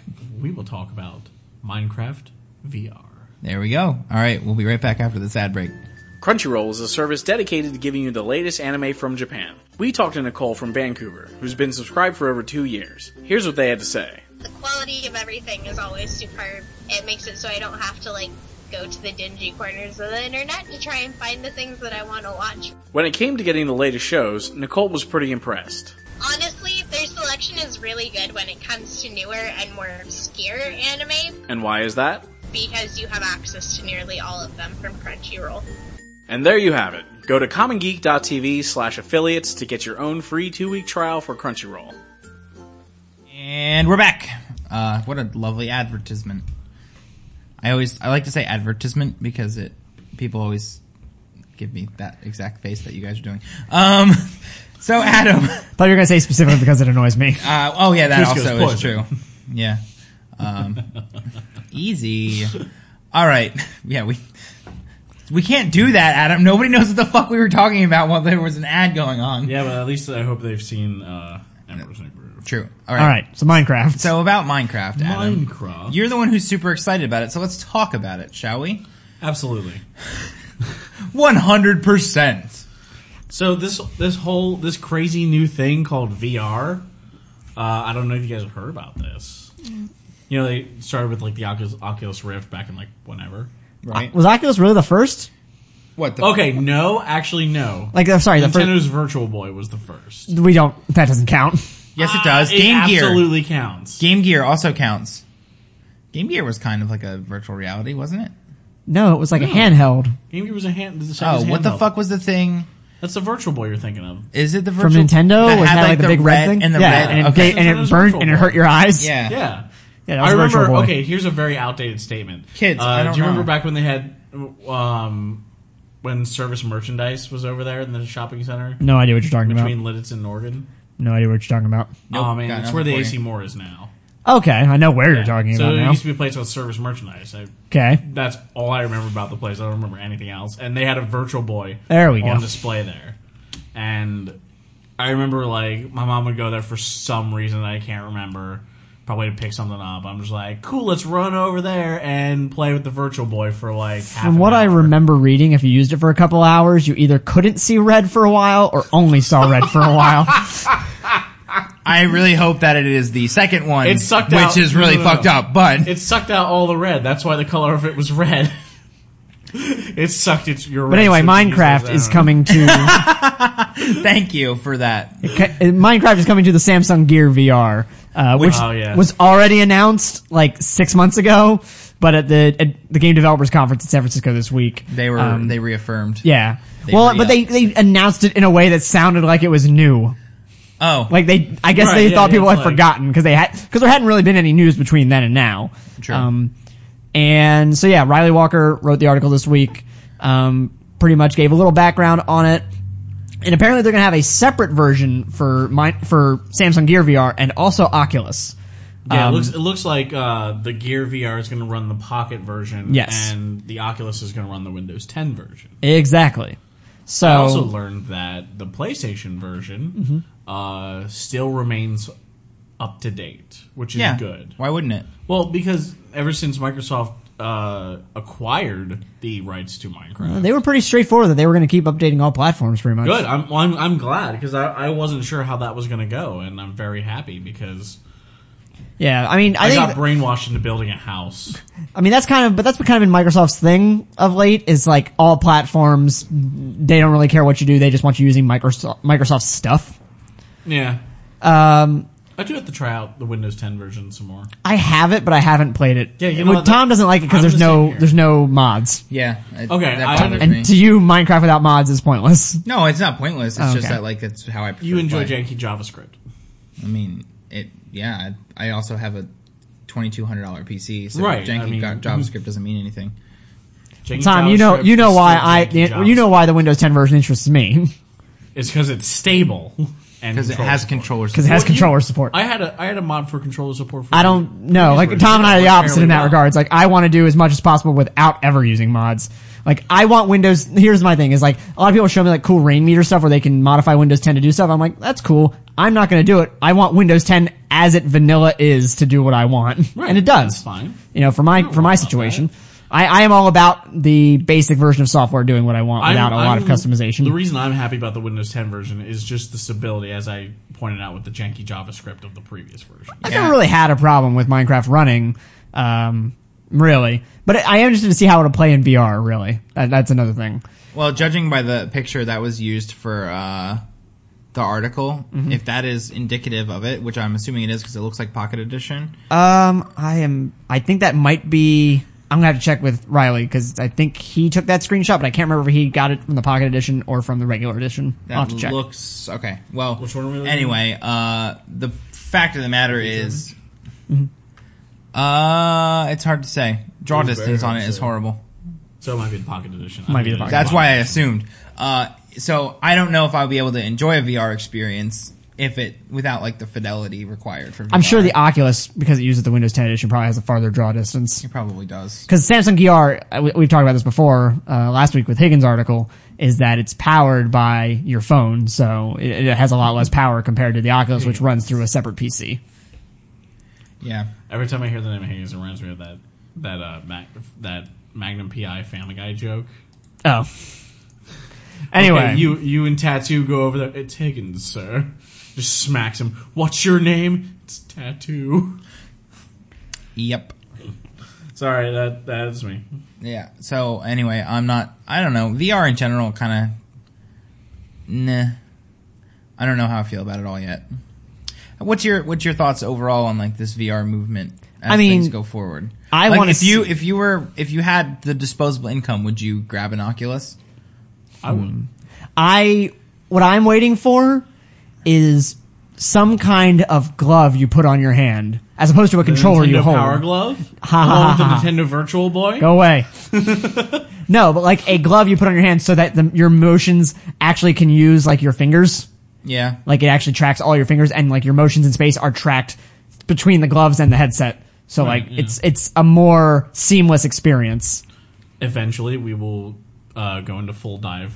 S3: we will talk about Minecraft VR.
S1: There we go. All right, we'll be right back after this ad break.
S4: Crunchyroll is a service dedicated to giving you the latest anime from Japan. We talked to Nicole from Vancouver, who's been subscribed for over two years. Here's what they had to say.
S5: the quality of everything is always superb. It makes it so I don't have to like go to the dingy corners of the internet to try and find the things that I want to watch.
S4: When it came to getting the latest shows, Nicole was pretty impressed.
S5: Honestly, their selection is really good when it comes to newer and more obscure anime
S4: And why is that?
S5: because you have access to nearly all of them from Crunchyroll.
S4: And there you have it. Go to commongeek.tv slash affiliates to get your own free two-week trial for Crunchyroll.
S1: And we're back. Uh, what a lovely advertisement. I always I like to say advertisement because it people always give me that exact face that you guys are doing. Um, so Adam,
S2: thought you were gonna say specifically because it annoys me.
S1: uh, oh yeah, that
S3: Cusco's
S1: also is true.
S3: poison.
S1: Yeah, um, easy. All right, yeah we we can't do that, Adam. Nobody knows what the fuck we were talking about while there was an ad going on.
S3: Yeah, but at least I hope they've seen uh, Emperor's New Groove.
S1: True.
S2: All right, so Minecraft.
S1: So about Minecraft, Adam.
S3: Minecraft,
S1: You're the one who's super excited about it, so let's talk about it, shall we?
S3: absolutely.
S1: 100%.
S3: So this this whole this crazy new thing called VR. Uh, I don't know if you guys have heard about this. You know, they started with like the Oculus, Oculus Rift back in like whenever.
S1: Right?
S2: was Oculus really the first?
S1: What the
S3: Okay, no, actually, no.
S2: Like, I'm sorry, the first.
S3: Nintendo's Virtual Boy was the first. Ah,
S2: We don't. That doesn't count.
S1: Yes, it does.
S3: Uh, It
S1: Game Gear.
S3: absolutely counts.
S1: Game Gear also counts. Game Gear was kind of like a virtual reality, wasn't it?
S2: No, it was like a handheld.
S3: Game Gear was a hand. The
S1: oh, what the fuck was the thing?
S3: That's the Virtual Boy you're thinking of.
S1: Is it the
S2: from
S1: virtual
S2: Nintendo.
S1: That
S2: it had like, the big red, thing,
S1: and the
S2: yeah,
S1: red.
S2: and it,
S1: okay.
S2: they- and it
S3: That's what it was
S2: burnt and it
S3: for.
S2: hurt your eyes.
S1: yeah.
S3: Yeah.
S2: Yeah, that was
S3: I remember.
S2: Virtual Boy.
S3: Okay, here's a very outdated statement.
S1: Kids,
S3: uh,
S1: I don't
S3: do you remember
S1: know.
S3: back when they had um, when service merchandise was over there in the shopping center
S2: No idea what you're talking about.
S3: between Lidditz and Norton?
S2: No idea what you're talking about.
S1: Nope,
S3: oh man,
S1: got
S3: it's where the
S1: nothing for
S3: AC
S1: you.
S3: Moore is now.
S2: Okay, I know where you're
S3: Yeah.
S2: talking
S3: so
S2: about
S3: it
S2: now.
S3: used to be a place with service merchandise. I,
S2: okay,
S3: that's all I remember about the place. I don't remember anything else. And they had a Virtual Boy
S2: There we
S3: on
S2: go.
S3: display there. And I remember like my mom would go there for some reason I can't remember, probably to pick something up. I'm just like, cool, let's run over there and play with the Virtual Boy for like. half
S2: from
S3: an
S2: what I
S3: hour.
S2: remember reading, if you used it for a couple hours, you either couldn't see red for a while or only saw red for a while.
S1: I really hope that it is the second one.
S3: It sucked
S1: which
S3: out-
S1: is really
S3: no, no, no.
S1: fucked up. But
S3: it sucked out all the red. That's why the color of it was red. it sucked its uh, your.
S2: But anyway, Minecraft is coming to
S1: thank you for that.
S2: ca- uh, Minecraft is coming to the Samsung Gear VR, uh, which
S3: Oh, yeah.
S2: was already announced like six months ago. But at the at the game developers conference in San Francisco this week,
S1: They were
S2: um,
S1: they reaffirmed.
S2: yeah.
S1: they
S2: Well,
S1: re-
S2: but they they announced it in a way that sounded like it was new.
S1: Oh,
S2: Like they, I guess
S3: Right,
S2: they
S3: yeah,
S2: thought
S3: yeah,
S2: people
S3: it's
S2: had
S3: like-
S2: forgotten because they had because there hadn't really been any news between then and now. Um,
S1: True.
S2: and so yeah, Riley Walker wrote the article this week. Um, pretty much gave a little background on it, and apparently they're gonna have a separate version for my, for Samsung Gear VR and also Oculus.
S3: Yeah,
S2: Um,
S3: it looks it looks like uh, the Gear VR is going to run the Pocket version,
S2: Yes.
S3: and the Oculus is going to run the Windows 10 version.
S2: exactly. So
S3: I also learned that the PlayStation version
S2: Mm-hmm.
S3: uh, still remains up to date, which is
S1: yeah.
S3: good.
S1: Why wouldn't it?
S3: Well, because ever since Microsoft uh, acquired the rights to Minecraft,
S2: they were pretty straightforward that they were gonna keep updating all platforms pretty much.
S3: Good. I'm well, I'm, I'm glad because I, I wasn't sure how that was going to go, and I'm very happy because
S2: Yeah, I mean, I,
S3: I,
S2: think
S3: got brainwashed into building a house.
S2: I mean, that's kind of, but that's kind of been Microsoft's thing of late is like all platforms, they don't really care what you do. They just want you using Microsoft, Microsoft stuff.
S3: yeah. Um, I do have to try out the Windows 10 version some more.
S2: I have it, but I haven't played it.
S3: Yeah, you know
S2: Well,
S3: what,
S2: Tom
S3: that-
S2: doesn't like it because
S3: I'm
S2: there's
S3: the
S2: no,
S3: same here.
S2: there's no mods.
S1: Yeah. I-
S3: Okay,
S1: That
S3: I-
S1: bothers
S2: And
S1: me.
S2: to you, Minecraft without mods is pointless.
S1: no, it's not pointless. It's just
S2: Oh, Okay.
S1: that like that's how I. Prefer
S3: You
S1: to
S3: enjoy
S1: play.
S3: janky JavaScript.
S1: I mean, it. Yeah. I I also have a twenty two hundred dollar PC. So
S3: Right,
S1: Janky
S3: I mean-
S1: got- JavaScript doesn't mean anything.
S3: Janky
S2: Tom, you know,
S3: JavaScript
S2: you know
S3: is
S2: why
S3: still
S2: I,
S3: janky
S2: the- you know why the Windows 10 version interests me
S3: JavaScript. it's because it's stable and
S1: Because it
S3: controller
S1: has
S3: support.
S1: controller.
S2: because it has
S3: Well, you-
S2: controller support.
S3: I had a I had a mod for controller support. For
S2: I don't know. Like Tom and I are the opposite in that regard. It's like I want to do as much as possible without ever using mods. Like I want Windows. Here's my thing: is like a lot of people show me like cool rain meter stuff where they can modify Windows 10 to do stuff. I'm like, that's cool. I'm not going to do it. I want Windows 10 as it vanilla is to do what I want,
S3: Right,
S2: and it
S3: that's
S2: does.
S3: fine.
S2: You know, for my for my
S3: about
S2: situation, I, I am all about the basic version of software doing what I want
S3: I'm-
S2: without a lot of
S3: I'm-
S2: customization.
S3: The reason I'm happy about the Windows 10 version is just the stability, as I pointed out with the janky JavaScript of the previous version.
S2: I've never really had a problem with Minecraft running, um, really. But I am interested to see how it'll play in VR. Really, that, that's another thing.
S1: Well, judging by the picture that was used for uh, the article,
S2: Mm-hmm.
S1: if that is indicative of it, which I'm assuming it is because it looks like Pocket Edition.
S2: Um, I am. I think that might be. I'm gonna have to check with Riley because I think he took that screenshot, but I can't remember if he got it from the Pocket Edition or from the regular edition.
S1: That
S2: I'll have to check.
S1: looks okay. Well,
S3: Which one are we looking at?
S1: anyway, uh, the fact of the matter is,
S2: Mm-hmm.
S1: uh, it's hard to say. Draw
S3: It's very
S1: distance on
S3: hard
S1: it
S3: to
S1: is
S3: say.
S1: horrible.
S3: So it might be the Pocket Edition.
S2: Might be the Pocket
S1: That's why I assumed. Uh, so I don't know if I'll be able to enjoy a VR experience if it without like the fidelity required for. VR.
S2: I'm sure the Oculus, because it uses the Windows 10 edition, probably has a farther draw distance.
S1: it probably does.
S2: because Samsung Gear, uh, we- we've talked about this before uh, last week with Higgins' article, is that it's powered by your phone, so it, it has a lot less power compared to the Oculus, which runs through a separate PC.
S1: Yeah.
S3: Every time I hear the name of Hayes, it reminds me of that that uh, Mag- that Magnum PI Family Guy joke.
S2: Oh. Anyway,
S3: Okay, you you and Tattoo go over there. It's Higgins, sir. Just smacks him. What's your name? It's Tattoo.
S1: Yep.
S3: Sorry, that that's me.
S1: Yeah. So anyway, I'm not. I don't know. VR in general, kind of. Nah. I don't know how I feel about it all yet. What's your What's your thoughts overall on like this VR movement? As
S2: I mean,
S1: things go forward.
S2: I
S1: Like,
S2: wanna
S1: if you
S2: see-
S1: if you were if you had the disposable income, would you grab an Oculus?
S3: I would.
S2: I what I'm waiting for is some kind of glove you put on your hand, as opposed to a controller
S3: Nintendo
S2: you hold.
S3: Power Glove,
S2: Ha, ha,
S3: along
S2: ha,
S3: with the Nintendo Virtual Boy.
S2: Go away. no, but like a glove you put on your hand so that the, your motions actually can use like your fingers.
S1: Yeah.
S2: Like it actually tracks all your fingers and like your motions in space are tracked between the gloves and the headset. So like it's it's a more seamless experience.
S3: Eventually, we will uh, go into full dive,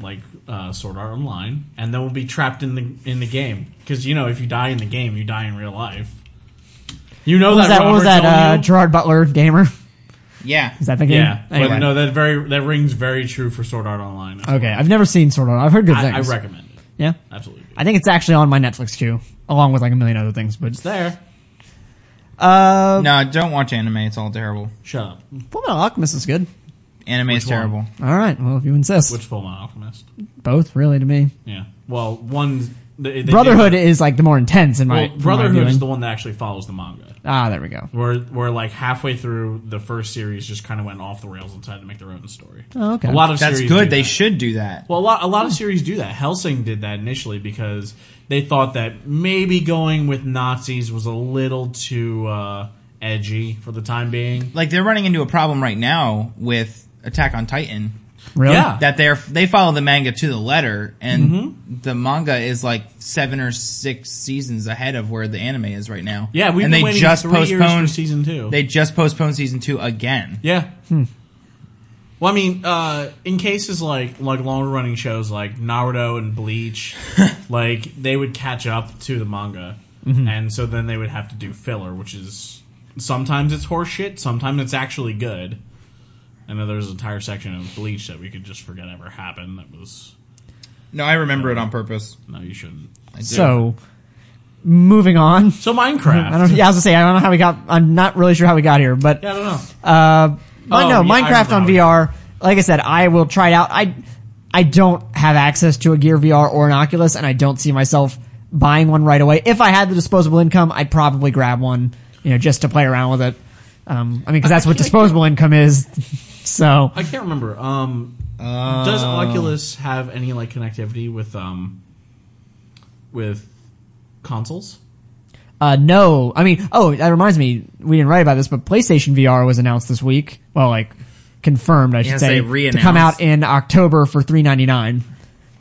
S3: like uh, Sword Art Online, and then we'll be trapped in the in the game because you know if you die in the game, you die in real life. You know
S2: What was
S3: that.
S2: that, what was
S3: Robert
S2: that uh,
S3: told you?
S2: Gerard Butler gamer?
S1: Yeah.
S2: Is that the game?
S3: yeah,
S2: Anyway.
S3: but no, that very that rings very true for Sword Art Online.
S2: okay, I've never seen Sword Art. I've heard good
S3: I, I
S2: things.
S3: recommend it.
S2: Yeah,
S3: Absolutely,
S2: I think it's actually on my Netflix queue, along with like a million other things. But
S3: it's there.
S2: uh,
S1: No, don't watch anime. It's all terrible.
S3: Shut up.
S2: Fullmetal Alchemist is good.
S1: Anime is
S3: one?
S1: terrible.
S2: All right, well if you insist,
S3: Which Full Metal Alchemist?
S2: both really to me.
S3: Yeah. Well, one they, they
S2: Brotherhood is like the more intense in my
S3: Well,
S2: from my
S3: Brotherhood is
S2: viewing.
S3: the one that actually follows the manga.
S2: ah, there we go.
S3: Where, where like halfway through the first series just kind of went off the rails and decided to make their own story.
S2: Oh, okay.
S3: A lot of
S1: That's
S3: series
S1: good.
S3: do
S1: They
S3: that.
S1: should do that.
S3: Well, a lot, a lot of series do that. Helsing did that initially because they thought that maybe going with Nazis was a little too uh, edgy for the time being.
S1: Like they're running into a problem right now with Attack on Titan
S2: Really?
S3: Yeah.
S1: that they're they follow the manga to the letter, and
S3: Mm-hmm.
S1: the manga is like seven or six seasons ahead of where the anime is right now.
S3: Yeah, we've
S1: and
S3: been
S1: they
S3: waiting
S1: just
S3: three years for
S1: postponed
S3: season two.
S1: They just postponed season two again.
S3: Yeah.
S2: Hmm.
S3: Well, I mean, uh, in cases like like longer running shows like Naruto and Bleach, like they would catch up to the manga,
S2: Mm-hmm.
S3: and so then they would have to do filler, which is sometimes it's horseshit, sometimes it's actually good. I know there's an entire section of Bleach that we could just forget ever happened. That was
S1: No, I remember it on purpose.
S3: no, you shouldn't.
S1: I do.
S2: So, moving on.
S3: So Minecraft.
S2: I don't. Yeah, I was gonna say I don't know how we got. I'm not really sure how we got here, but
S3: Yeah, I don't know.
S2: Uh, but
S3: Oh,
S2: no,
S3: yeah, I
S2: Minecraft
S3: remember
S2: on
S3: how we-
S2: VR. Like I said, I will try it out. I I don't have access to a Gear VR or an Oculus, and I don't see myself buying one right away. If I had the disposable income, I'd probably grab one, you know, just to play around with it. Um, I mean, because that's what disposable income is. so
S3: I can't remember. Um, does Oculus have any like connectivity with um with consoles?
S2: Uh, no, I mean, oh, that reminds me, we didn't write about this, but PlayStation VR was announced this week. Well, like confirmed, I should
S1: Yes,
S2: say,
S1: they re-announced. Oh,
S2: to come out in October for three ninety nine,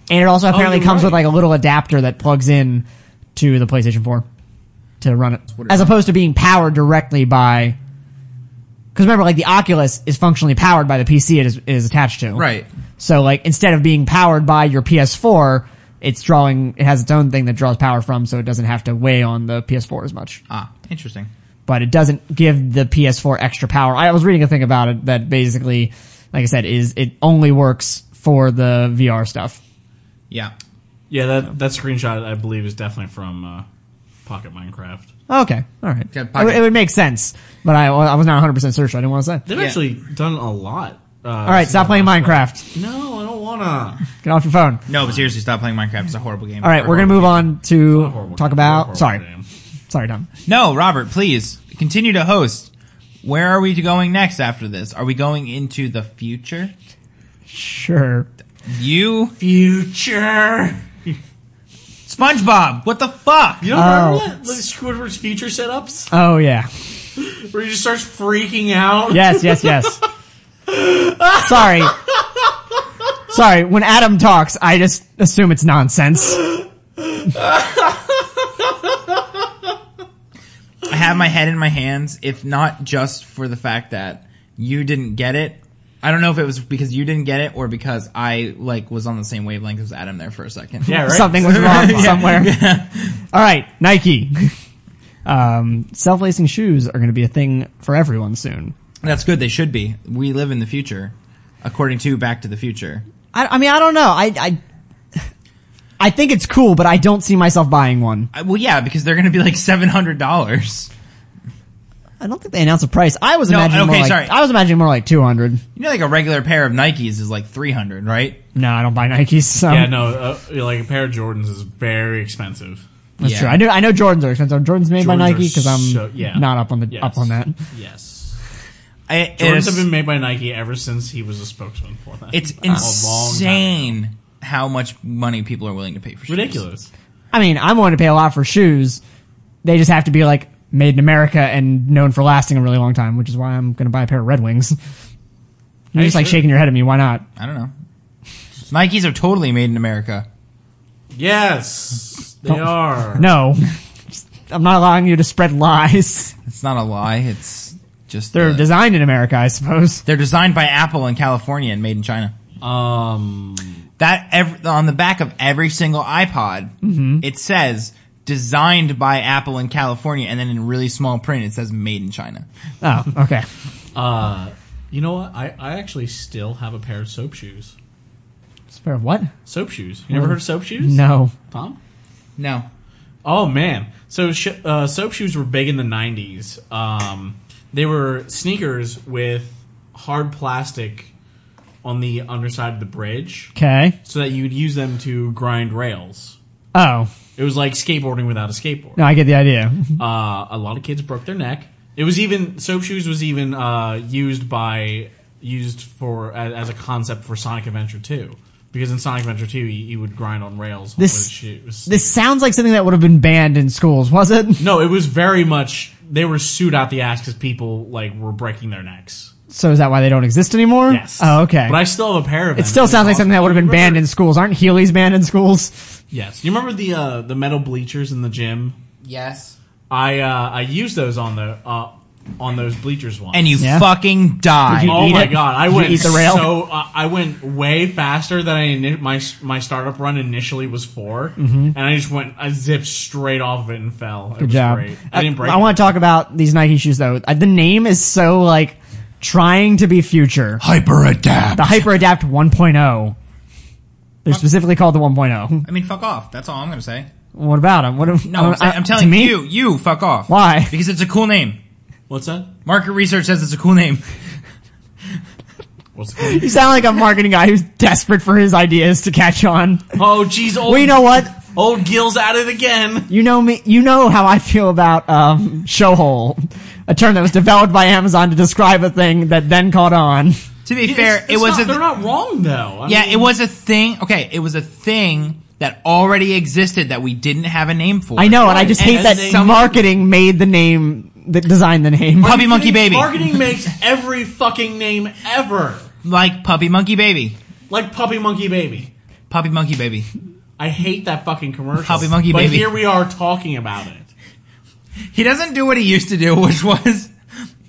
S2: and it also apparently
S3: you're
S2: comes with
S3: right.
S2: like a little adapter that plugs in to the PlayStation Four to run it,
S1: what it
S2: as opposed to being powered directly by. Because remember, like the Oculus is functionally powered by the PC it is, it is attached to.
S1: Right.
S2: So like instead of being powered by your PS4, it's drawing. It has its own thing that draws power from, so it doesn't have to weigh on the PS4 as much.
S1: Ah, interesting.
S2: But it doesn't give the PS4 extra power. I was reading a thing about it that basically, like I said, is it only works for the VR stuff.
S1: Yeah.
S3: Yeah, that that screenshot I believe is definitely from uh, Pocket Minecraft.
S2: Okay, all right.
S1: Okay,
S2: It, would- it would make sense, but I, I was not 100 percent sure, so I didn't want to say.
S3: They've
S1: Yeah.
S3: actually done a lot. Uh,
S2: All right, stop playing Minecraft.
S3: No, I don't wanna.
S2: Get off your phone.
S1: No, but seriously, stop playing Minecraft. It's a horrible game.
S2: All right, we're gonna move on to
S3: Horrible
S2: talk
S3: game.
S2: about.
S3: Horrible
S2: Sorry,
S3: game.
S2: sorry, Tom.
S1: No, Robert, please continue to host. Where are we going next after this? Are we going into the future?
S2: Sure.
S1: You,
S3: Future.
S1: SpongeBob, what the fuck?
S3: You don't remember
S2: Oh.
S3: that? Like Squidward's future setups,
S2: Oh yeah.
S3: where he just starts freaking out.
S2: Yes, yes, yes. Sorry. Sorry, when Adam talks, I just assume it's nonsense.
S1: I have my head in my hands, if not just for the fact that you didn't get it. I don't know if it was because you didn't get it or because I like was on the same wavelength as Adam there for a second.
S3: Yeah, right.
S2: Something was wrong somewhere. All right, Nike. Um, self-lacing shoes are going to be a thing for everyone soon.
S1: That's good. They should be. We live in the future, according to Back to the Future.
S2: I, I mean, I don't know. I, I, I think it's cool, but I don't see myself buying one.
S1: I, Uh, well, yeah, because they're going to be like seven hundred dollars.
S2: I don't think they announced a price. I was
S1: No,
S2: imagining more
S1: okay,
S2: like
S1: sorry.
S2: I was imagining more like two hundred.
S1: You know, like a regular pair of Nikes is like three hundred, right?
S2: No, I don't buy Nikes. So.
S3: Yeah, no, uh, like a pair of Jordans is very expensive.
S2: That's
S1: Yeah.
S2: true. I know. I know Jordans are expensive. Jordans made by
S3: Jordans
S2: Nike
S3: are
S2: because I'm
S3: so- yeah.
S2: not up on the
S3: Yes.
S2: up on that.
S3: Yes.
S1: I,
S3: Jordans have
S1: it's-
S3: been made by Nike ever since he was a spokesman for them.
S1: It's
S3: A long time ago.
S1: insane how much money people are willing to pay for shoes.
S3: Ridiculous.
S2: I mean, I'm willing to pay a lot for shoes. They just have to be like made in America and known for lasting a really long time, which is why I'm going to buy a pair of Red Wings. You're just like
S3: sure?
S2: shaking your head at me. Why not?
S1: I don't know. Nikes are totally made in America.
S3: Yes, they are.
S2: No, I'm not allowing you to spread lies.
S1: It's not a lie. It's just
S2: They're
S1: the-
S2: designed in America, I suppose.
S1: they're designed by Apple in California and made in China.
S3: Um,
S1: That ev on the back of every single iPod,
S3: Mm-hmm.
S1: it says designed by Apple in California, and then in really small print it says made in China.
S2: Oh, okay.
S3: you know what? I, I actually still have a pair of soap shoes.
S2: Just a pair of what?
S3: Soap shoes. You never heard of soap shoes?
S2: Mm. No.
S3: Tom?
S1: No,
S3: Oh man, so sh- uh, soap shoes were big in the '90s. Um, they were sneakers with hard plastic on the underside of the bridge,
S2: Okay.
S3: so that you'd use them to grind rails.
S2: Oh,
S3: It was like skateboarding without a skateboard.
S2: no, I get the idea.
S3: Uh, a lot of kids broke their neck. It was even soap shoes was even uh, used by used for as, as a concept for Sonic Adventure 2 because in Sonic Adventure 2 you, you would grind on rails
S2: This-
S3: with shoes.
S2: This sounds like something that would have been banned in schools, was it?
S3: No, it was very much they were sued out the ass because people like were breaking their necks.
S2: So is that why they don't exist anymore?
S3: Yes.
S2: Oh, okay.
S3: But I still have a pair of them.
S2: it still sounds like something that would have been banned in schools. Aren't Heelys banned in schools?
S3: Yes. You remember the uh, the metal bleachers in the gym?
S1: yes,
S3: I uh, I used those on the uh, on those bleachers once.
S1: and you
S2: Yeah.
S1: fucking die.
S2: Did you
S3: Oh
S2: eat
S3: my
S2: it?
S3: god! I
S2: Did you
S3: went
S2: eat the rail?
S3: so uh, I went way faster than I ini- my my startup run initially was 4 and I just went I zipped straight off of it and fell. It
S2: Good
S3: was
S2: job. Uh,
S3: great. I didn't break.
S2: I,
S3: it.
S2: want to talk about these Nike shoes though. Uh, The name is so like trying to be future.
S1: Hyper adapt.
S2: The Hyper Adapt 1.0. oh. They're specifically called the 1.0.
S1: I mean, fuck off. That's all I'm gonna say.
S2: What about them? What? If,
S3: Uh,
S2: uh,
S1: No, I'm, saying, I'm telling
S2: me,
S1: you, you fuck off.
S2: Why?
S1: Because it's a cool name.
S3: What's that?
S1: Market research says it's a cool name.
S3: What's
S2: You
S3: that?
S2: sound like a marketing guy who's desperate for his ideas to catch on.
S3: oh jeez! Old
S2: Well, you know what?
S3: old Gil's at it again.
S2: You know me. You know how I feel about um, showhole, a term that was developed by Amazon to describe a thing that then caught on.
S1: To be
S3: It's-
S1: fair,
S3: it's
S1: it was
S3: Not,
S1: a
S3: they're not wrong though. I
S1: yeah,
S3: mean,
S1: it was a thing. Okay, it was a thing that already existed that we didn't have a name for.
S2: I know, and I just hate
S1: And
S2: that
S1: they-
S2: marketing made the name that designed the name.
S1: puppy monkey
S3: marketing-
S1: baby,
S3: Marketing makes every fucking name ever
S1: like puppy monkey baby,
S3: like Puppy Monkey Baby.
S1: puppy monkey baby.
S3: I hate that fucking commercial.
S1: Puppy Monkey
S3: but
S1: Baby.
S3: here we are talking about it.
S1: He doesn't do what he used to do, which was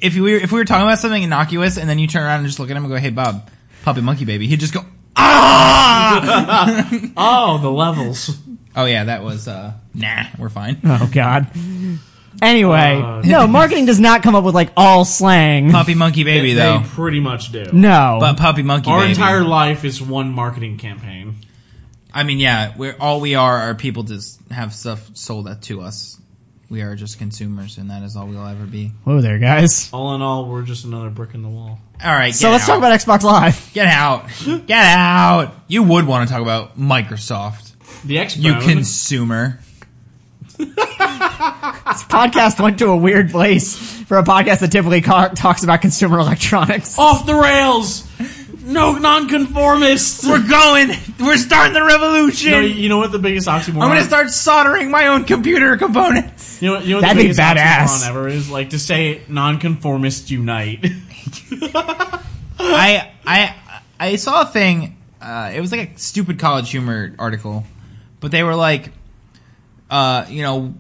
S1: if we were, if we were talking about something innocuous, and then you turn around and just look at him and go, "Hey, Bob, puppy monkey baby," he'd just go, "Ah!"
S3: Oh, the levels.
S1: oh yeah, that was uh, nah, we're fine.
S2: Oh God. Anyway,
S3: Uh,
S2: no, marketing does not come up with like all slang.
S1: Puppy monkey baby
S3: they
S1: though,
S3: pretty much do.
S2: No,
S1: but puppy monkey.
S3: Um, Our
S1: baby.
S3: entire life is one marketing campaign.
S1: I mean, yeah, we're all we are are people to s- have stuff sold at- to us. We are just consumers, and that is all we'll ever be.
S2: whoa there, guys.
S3: All in all, we're just another brick in the wall.
S1: All right,
S2: So
S1: get
S2: let's
S1: out.
S2: talk about Xbox Live.
S1: get out, get out. You would want to talk about Microsoft,
S3: The Xbox.
S1: you consumer.
S2: This podcast went to a weird place for a podcast that typically ca- talks about consumer electronics.
S1: Oh.
S3: off the rails. No nonconformists.
S1: We're going. We're starting the revolution.
S3: No, you know what the biggest oxymoron?
S1: I'm gonna start soldering my own computer components.
S3: You know, you know what
S2: That'd
S3: the
S2: be
S3: biggest
S2: badass.
S3: oxymoron ever is like to say nonconformists unite.
S1: I I I saw a thing. Uh, it was like a stupid college humor article, but they were like, uh, you know,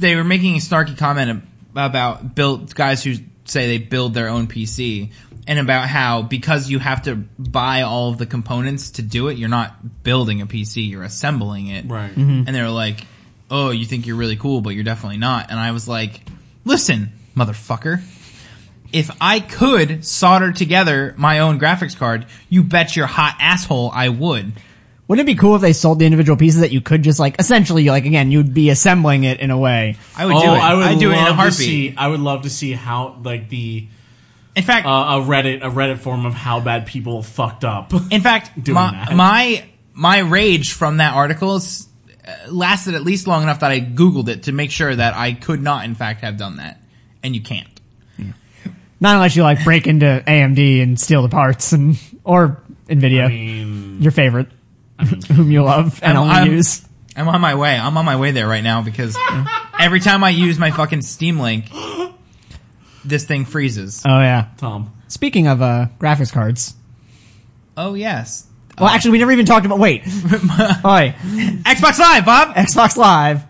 S1: they were making a snarky comment about built guys who say they build their own PC and about how because you have to buy all of the components to do it, you're not building a PC, you're assembling it.
S3: Right.
S1: And they were like, "Oh, you think you're really cool, but you're definitely not." And I was like, "Listen, motherfucker." If I could solder together my own graphics card, you bet your hot asshole I would.
S2: Wouldn't it be cool if they sold the individual pieces that you could just like essentially like again you'd be assembling it in a way.
S1: I would do it. Oh, I would do it in
S3: Oh, love
S1: a
S3: to
S1: heartbeat.
S3: see- I would love to see how like the
S1: In fact,
S3: uh, a Reddit a Reddit form of how bad people fucked up.
S1: in fact,
S3: doing
S1: my,
S3: that.
S1: my my rage from that article s- uh, lasted at least long enough that I googled it to make sure that I could not, in fact, have done that, and you can't.
S2: Not unless you like break into AMD and steal the parts and or Nvidia,
S3: I mean,
S2: your favorite. I mean, whom you love and
S1: I'm-
S2: only
S1: I'm-
S2: use.
S1: I'm on my way. I'm on my way there right now because every time I use my fucking Steam Link, this thing freezes.
S2: Oh yeah.
S3: Tom.
S2: Speaking of uh, graphics cards,
S1: Oh yes,
S2: well, actually, we never even talked about. Wait, hi,
S1: Xbox Live, Bob.
S2: Xbox Live.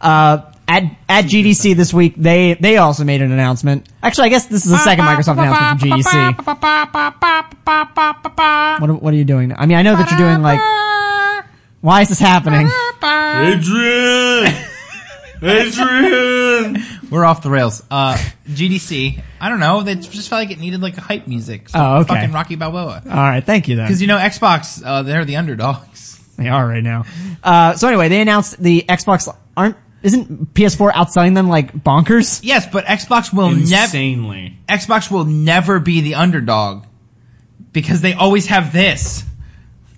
S2: Uh, at at GDC this week, they they also made an announcement. Actually, I guess this is the second Microsoft announcement from GDC. What are, what are you doing? I mean, I know that you're doing like. Why is this happening?
S3: Adrian! Adrian!
S1: We're off the rails. Uh, GDC. I don't know. They just felt like it needed like a hype music. So
S2: Oh, okay.
S1: Fucking Rocky Balboa.
S2: All right, thank you. Then
S1: Because you know Xbox, uh, they're the underdogs.
S2: They are right now. Uh, so anyway, they announced the Xbox aren't isn't PS4 outselling them like bonkers?
S1: Yes, but Xbox will never.
S3: Insanely.
S1: Xbox will never be the underdog because they always have this.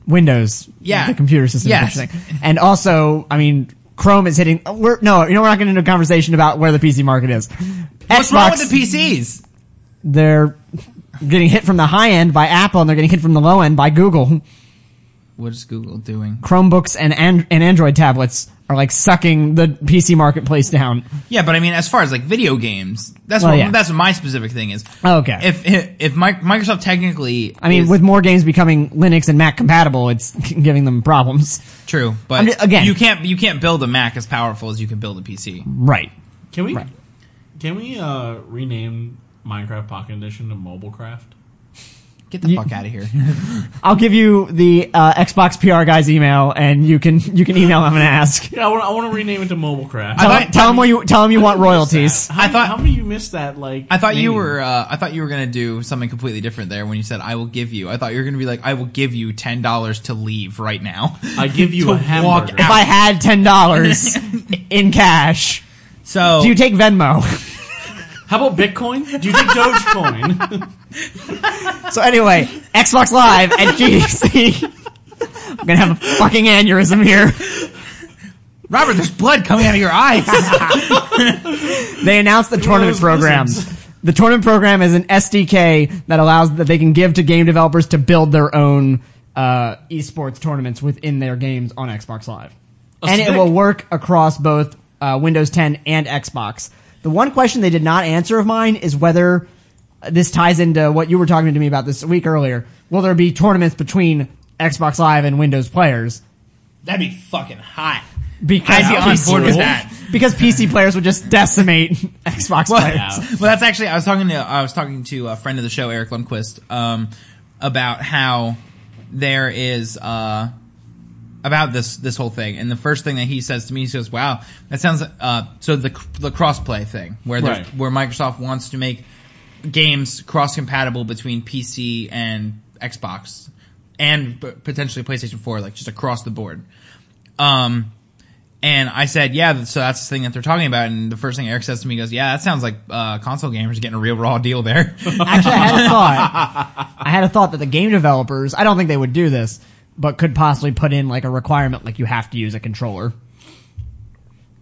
S2: Windows,
S1: Yeah.
S2: the computer system,
S1: Yes.
S2: yes. and also, I mean, Chrome is hitting. We're no, you know, we're not getting into a conversation about where the PC market is.
S1: What's
S2: Xbox,
S1: wrong with the PCs?
S2: they're getting hit from the high end by Apple, and they're getting hit from the low end by Google.
S1: What is Google doing?
S2: Chromebooks and and, and Android tablets are like sucking the PC marketplace down.
S1: Yeah, but I mean, as far as like video games, that's
S2: Well,
S1: what
S2: yeah.
S1: that's what my specific thing is.
S2: Okay.
S1: If if, if Mi- Microsoft technically,
S2: I mean,
S1: is-
S2: with more games becoming Linux and Mac compatible, it's giving them problems.
S1: true,
S2: I'm
S1: but
S2: ju- again-
S1: you can't you can't build a Mac as powerful as you can build a PC.
S2: Right.
S3: Can we
S2: Right.
S3: can we uh, rename Minecraft Pocket Edition to Mobilecraft?
S1: Get the
S2: You-
S1: fuck out of here.
S2: I'll give you the uh, Xbox PR guy's email, and you can you can email him and ask.
S3: Yeah, I want I want to rename it to Mobilecraft.
S1: I
S2: Tell,
S1: thought-
S2: tell him where you tell him you want
S3: That.
S2: royalties.
S3: How,
S1: I thought-
S3: how many you missed that? Like
S1: I thought you
S3: name?
S1: were uh, I thought you were gonna do something completely different there when you said I will give you. I thought you were gonna be like I will give you ten dollars to leave right now.
S3: I give you
S1: to
S3: a
S1: walk
S3: hamburger.
S2: If I had ten dollars in cash,
S1: So
S2: do you take Venmo?
S3: How about Bitcoin? Do you think Dogecoin?
S2: So anyway, Xbox Live at GDC. I'm gonna have a fucking aneurysm here.
S1: Robert, there's blood coming out of your eyes.
S2: They announced the tournament
S3: those
S2: program.
S3: lizards.
S2: The tournament program is an SDK that allows that they can give to game developers to build their own uh, esports tournaments within their games on Xbox Live, and it
S3: sick.
S2: will work across both uh, Windows 10 and Xbox. The one question they did not answer of mine is whether uh, this ties into what you were talking to me about this week earlier. Will there be tournaments between Xbox Live and Windows players?
S1: That'd be fucking hot.
S2: Because
S1: I'd be on board with that.
S2: Because PC players would just decimate Xbox
S1: Well,
S2: players.
S1: well, that's actually I was talking to I was talking to a friend of the show Eric Lundquist um, about how there is uh, about this this whole thing, and the first thing that he says to me, he says, "Wow, that sounds uh, so the the crossplay thing where there's
S3: Right.
S1: where Microsoft wants to make games cross compatible between PC and Xbox and p- potentially PlayStation 4, like just across the board." Um, and I said, yeah, so that's the thing that they're talking about. And the first thing Eric says to me he goes, yeah, that sounds like uh, console gamers getting a real raw deal there.
S2: Actually, I had a thought. I had a thought that the game developers, I don't think they would do this, but could possibly put in like a requirement like you have to use a controller.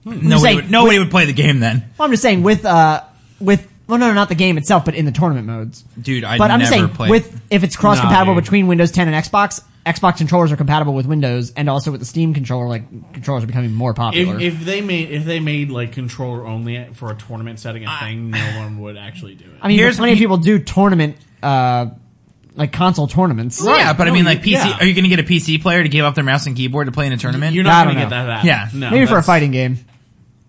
S1: Hmm. nobody
S2: saying-
S1: would, nobody would play the game then.
S2: Well, I'm just saying with, uh, with, well, no, no, not the game itself, but in the tournament modes.
S1: Dude, I'd
S2: but I'm just
S1: never
S2: saying
S1: play.
S2: with, if it's cross compatible
S3: dude.
S2: between Windows 10 and Xbox, Xbox controllers are compatible with Windows and also with the Steam controller, like controllers are becoming more popular.
S3: if, if they made if they made like controller only for a tournament setting a thing, no one would actually do it.
S2: I mean,
S1: Here's-
S2: there's plenty of people do tournament, uh, like console tournaments.
S1: yeah, but I
S3: No,
S1: mean,
S3: you-
S1: like PC,
S3: yeah.
S1: are you going to get a PC player to give up their mouse and keyboard to play in a tournament?
S3: You're
S2: I
S3: not
S2: don't
S3: going to get
S2: know.
S3: that. that.
S1: Yeah.
S3: no,
S2: Maybe for a
S3: that's-
S2: fighting game.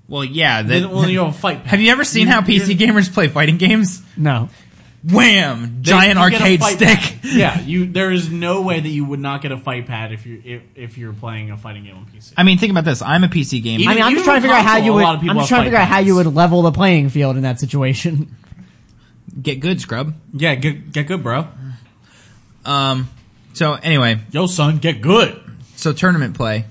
S1: well, yeah. that-
S3: Then, well, you have a fight.
S1: have you ever seen how PC
S3: games
S1: gamers play fighting games?
S2: No.
S1: Wham! Giant arcade stick.
S3: yeah, you. There is no way that you would not get a fight pad if you if, if you're playing a fighting game on PC.
S1: I mean, think about this. I'm a PC gamer.
S2: I mean, I'm
S3: Even
S2: just trying to figure
S3: on
S2: out how
S3: console,
S2: you
S3: a
S2: would.
S3: lot of
S2: I'm
S3: people
S2: just
S3: have
S2: trying to figure out
S3: fight
S2: how you would
S3: pads.
S2: level the playing field in that situation.
S1: Get good, scrub.
S3: yeah, get, get good, bro.
S1: Um. So anyway,
S3: Yo, son, get good.
S1: so tournament play.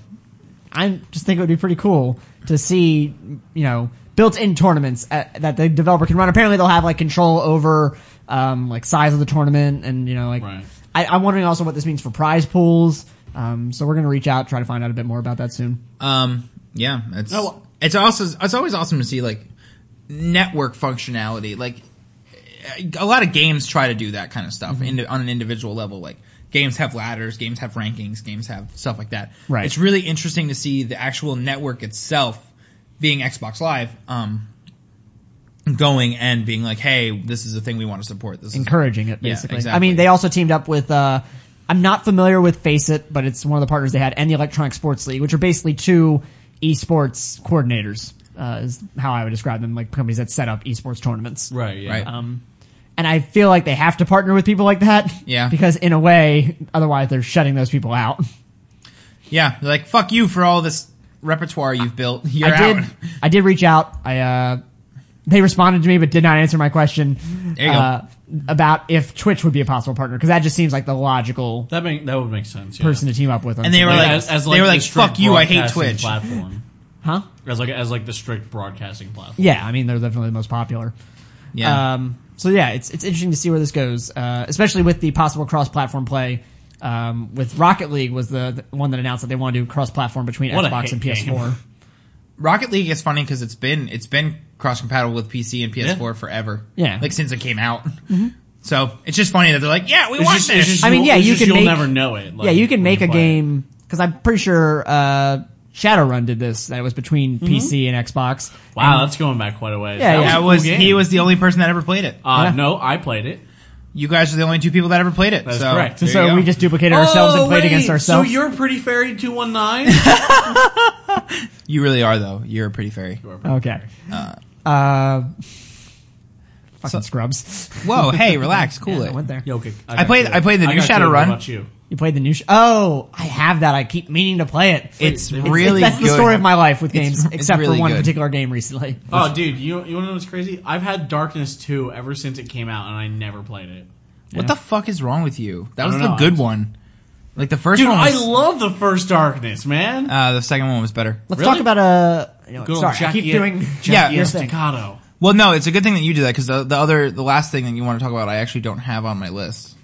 S2: I just think it would be pretty cool to see, you know, built-in tournaments at, that the developer can run. Apparently, they'll have like control over um, like size of the tournament, and you know, like
S3: Right.
S2: I, I'm wondering also what this means for prize pools. Um, so we're gonna reach out, try to find out a bit more about that soon.
S1: Um, yeah, it's
S3: Oh.
S1: it's also it's always awesome to see like network
S2: Mm-hmm.
S1: functionality. Like a lot of games try to do that kind of stuff in, on an individual level. Like games have ladders, games have rankings, games have stuff like that.
S2: Right.
S1: It's really interesting to see the actual network itself being Xbox Live, um, going and being like, hey, this is a thing we want to support. This is
S2: encouraging it
S1: Yeah,
S2: basically. I
S1: exactly.
S2: mean, they also teamed up with. Uh, I'm not familiar with Face It, but it's one of the partners they had, and the Electronic Sports League, which are basically two esports coordinators. Uh, is how I would describe them, like companies that set up esports tournaments.
S3: Right. Yeah.
S1: right.
S2: And I feel like they have to partner with people like that.
S1: Yeah.
S2: Because in a way, otherwise they're shutting those people out.
S1: yeah, they're like fuck you for all this repertoire you've built. You're
S2: I
S1: out.
S2: did. I did reach out. I uh, they responded to me, but did not answer my question
S1: There you go.
S2: uh, about if Twitch would be a possible partner because that just seems like the logical
S3: That make that would make sense. Yeah.
S2: person to team up with. on
S1: And they were
S2: something
S1: like- they were like,
S3: the strict
S1: "Fuck you, I hate
S3: broadcasting
S1: Twitch."
S3: Platform.
S2: huh?
S3: As like as like the strict broadcasting platform.
S2: Yeah, I mean they're definitely the most popular.
S3: Oh.
S1: Yeah.
S2: Um, so yeah, it's it's interesting to see where this goes, uh, especially with the possible cross-platform play. Um, with Rocket League was the, the one that announced that they want to do cross-platform between
S3: What a
S2: Xbox
S3: hate
S2: and PS4.
S1: Rocket League is funny because it's been it's been cross compatible with PC and PS4 forever.
S2: Yeah.
S1: like since it came out. So it's just funny that they're like, yeah, we
S3: It's
S1: want
S3: just-
S1: this.
S3: it's just
S2: I mean,
S3: you'll-
S2: yeah,
S3: it's
S2: you
S3: just
S2: can
S3: you'll
S2: make-
S3: never know it. like,
S2: yeah, you can
S3: when
S2: make a
S3: play it.
S2: game because I'm pretty sure uh, Shadowrun did this. That it was
S3: Mm-hmm.
S2: between PC and Xbox.
S3: Wow, that's going back quite a ways.
S2: Yeah,
S3: That
S2: yeah.
S1: that
S3: was
S1: was
S3: a cool game.
S1: he was the only person that ever played it.
S3: Uh,
S2: Yeah.
S3: No, I played it.
S1: you guys are the only two people that ever played it.
S3: That's
S1: so
S3: correct.
S1: there you
S2: so
S1: go.
S2: we just duplicated ourselves and
S3: Oh,
S2: played
S3: wait,
S2: against ourselves.
S3: So you're Pretty Fairy two one nine.
S1: you really are though. You're a pretty fairy.
S2: okay. Uh, fucking
S1: So-
S2: scrubs.
S1: Whoa, hey, relax, cool
S2: Yeah, I
S1: it.
S2: went there.
S3: okay.
S1: I played- I played the new Shadowrun.
S3: About you.
S2: You played the new. Sh- oh, I have that. I keep meaning to play it.
S1: It's really
S2: that's the
S1: good.
S2: story of my life with
S1: It's-
S2: games,
S1: it's
S2: except
S1: really
S2: for one
S1: good.
S2: particular game recently.
S3: Oh, dude, you you know what's crazy? I've had Darkness two ever since it came out, and I never played it.
S1: What the fuck is wrong with you? That was
S3: don't
S1: the
S3: know.
S1: good one. Like the first
S3: Dude,
S1: one.
S3: I
S1: Was,
S3: love the first Darkness, man.
S1: uh, the second one was better.
S2: Let's
S3: Really?
S2: talk about a. You know,
S3: Good old
S2: sorry, I
S3: Jackie-
S2: keep doing.
S3: Jackie
S1: Yeah.
S3: Estacado.
S1: Well, no, it's a good thing that you do that because the, the other the last thing that you want to talk about, I actually don't have on my list.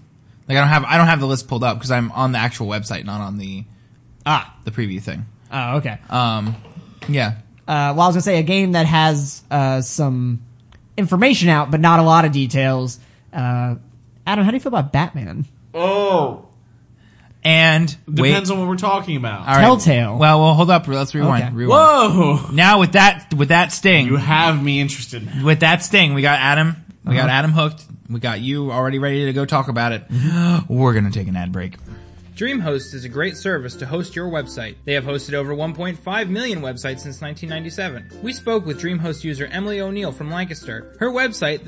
S1: Like I don't have I don't have the list pulled up because I'm on the actual website, not on the
S2: Ah,
S1: the preview thing.
S2: oh, okay.
S1: Um, yeah,
S2: uh, well, I was gonna say a game that has uh, some information out, but not a lot of details. Uh, Adam, how do you feel about Batman?
S3: Oh,
S1: and
S3: depends
S1: wait,
S3: on what we're talking about.
S1: all right.
S2: Telltale.
S1: Well, well, hold up. Let's rewind.
S2: Okay.
S1: rewind.
S3: Whoa,
S1: Now with that with that sting
S3: you have me interested. now.
S1: with that sting, we got Adam. We got Adam hooked. We got you already ready to go talk about it. We're going to take an ad break. DreamHost is a great service to host your website. They have hosted over 1.5 million websites since 1997. We spoke with DreamHost user Emily O'Neill from Lancaster. Her website,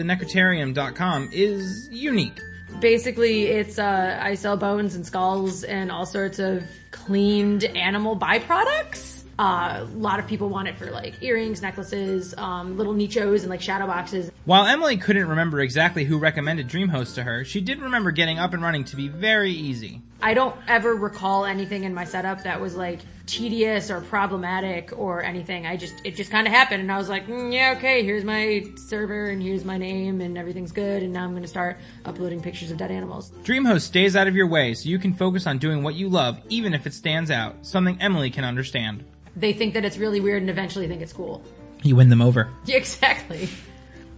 S1: thenecrotarium.com, is unique.
S6: basically it's uh, i sell bones and skulls and all sorts of cleaned animal byproducts uh, a lot of people want it for like earrings necklaces um, little nichos and like shadow boxes
S1: While Emily couldn't remember exactly who recommended DreamHost to her, she did remember getting up and running to be very easy.
S6: i don't ever recall anything in my setup that was like tedious or problematic or anything i just it just kind of happened and i was like mm, yeah okay here's my server and here's my name and everything's good and now i'm going to start uploading pictures of dead animals
S1: DreamHost stays out of your way so you can focus on doing what you love even if it stands out, something Emily can understand.
S6: they think that it's really weird and eventually think it's cool
S1: You win them over.
S6: exactly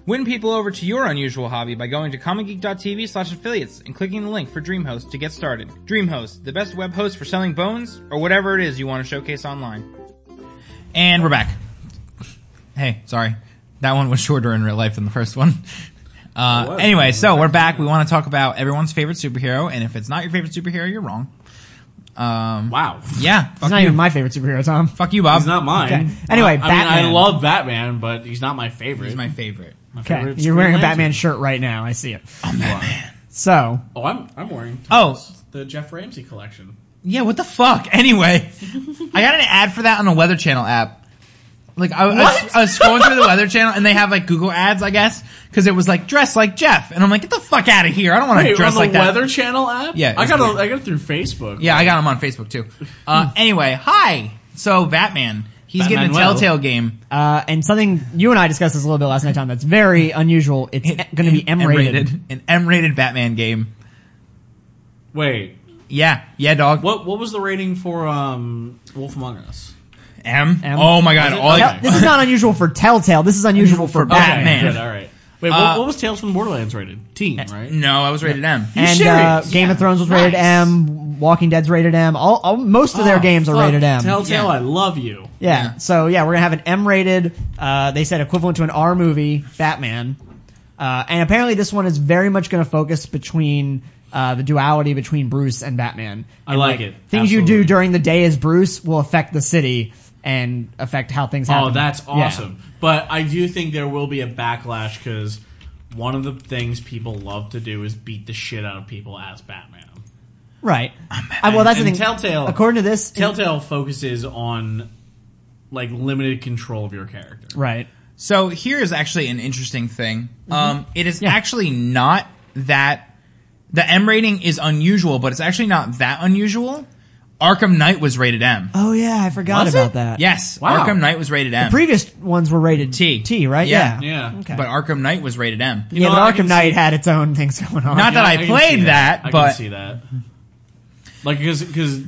S1: Win people over to your unusual hobby by going to comicgeek.tv slash affiliates and clicking the link for DreamHost to get started. DreamHost, the best web host for selling bones or whatever it is you want to showcase online. And we're back. Hey, sorry. That one was shorter in real life than the first one. Uh, anyway, so we're back. We want to talk about everyone's favorite superhero, and if it's not your favorite superhero, you're wrong.
S3: Wow,
S1: Yeah, fuck
S2: It's not
S1: you.
S2: even my favorite superhero, Tom.
S1: fuck you, Bob.
S3: he's not mine.
S2: Okay. Anyway,
S3: I, mean, I
S2: Batman.
S3: love Batman, but he's not my favorite.
S1: He's my favorite.
S2: Okay,
S3: favorite
S2: you're wearing a
S3: Green
S2: Batman
S3: Lantern.
S2: shirt right now. I see it.
S3: Wow.
S2: So
S3: Oh, I'm I'm wearing.
S1: Oh.
S3: Thomas, the Jeff Ramsey collection.
S1: Yeah, what the fuck? Anyway, I got an ad for that on the Weather Channel app. Like I, I was, I was scrolling through the Weather Channel and they have like Google ads, I guess, because it was like dress like Jeff, and I'm like, get the fuck out of here! I don't want to
S3: Wait,
S1: dress
S3: on the
S1: like that.
S3: Weather Channel app.
S1: Yeah,
S3: I
S1: it's
S3: got
S1: weird.
S3: a, I got it through Facebook.
S1: Yeah, I got him on Facebook too.
S3: Hmm.
S1: Uh, anyway, hi. So Batman, he's
S3: Batman
S1: getting a
S3: well.
S1: Telltale game.
S2: Uh, and something you and I discussed this a little bit last night, Tom. That's very unusual. It's going to be M rated.
S1: an M-rated Batman game.
S3: Wait,
S1: Yeah, yeah, dog.
S3: what what was the rating for um Wolf Among Us?
S1: M?
S2: M.
S1: Oh my god!
S3: it?
S1: All I-
S3: Yep.
S2: This is not unusual for Telltale. This is unusual for
S1: Batman.
S2: Batman. eh,
S3: all right. Wait,
S1: Uh,
S3: what, what was Tales from the Borderlands rated? Teen, right?
S1: No, I was rated M.
S2: and uh,
S3: serious?
S2: Game of Thrones was rated M. Walking Dead's rated M. All, all most of their
S3: Oh,
S2: games are
S3: fuck,
S2: rated M.
S3: Telltale,
S1: Yeah.
S3: I love you.
S2: yeah.
S1: Yeah.
S2: So yeah, we're gonna have an M rated. Uh, they said equivalent to an R movie, Batman. Uh, and apparently this one is very much gonna focus between uh, the duality between Bruce and Batman.
S3: I
S2: And,
S3: like it.
S2: Things you
S3: Absolutely.
S2: do during the day as Bruce will affect the city and affect how things happen.
S3: Oh, that's
S2: Yeah.
S3: awesome. But I do think there will be a backlash because one of the things people love to do is beat the shit out of people as Batman.
S2: Right. Uh, well, that's
S3: and
S2: the thing.
S3: Telltale-
S2: According to this,
S3: Telltale focuses on like limited control of your character.
S2: right.
S1: So here is actually an interesting thing.
S2: Mm-hmm.
S1: Um, it is actually not that the M rating is unusual, but it's actually not that unusual. Arkham Knight was rated M.
S2: Oh yeah, I forgot
S3: Was
S2: about
S3: it?
S2: that.
S1: Yes,
S3: Wow.
S1: Arkham Knight was rated M.
S2: Previous ones were rated
S1: T.
S2: T, right?
S1: Yeah.
S3: Yeah.
S2: Okay.
S1: But Arkham Knight was rated M.
S2: yeah,
S3: know, I
S2: but
S3: can
S2: Arkham
S3: see-
S2: Knight had its own things going on.
S1: Not that I
S3: can
S1: played
S3: see
S1: that,
S3: I
S1: but-
S3: can see that. Like because because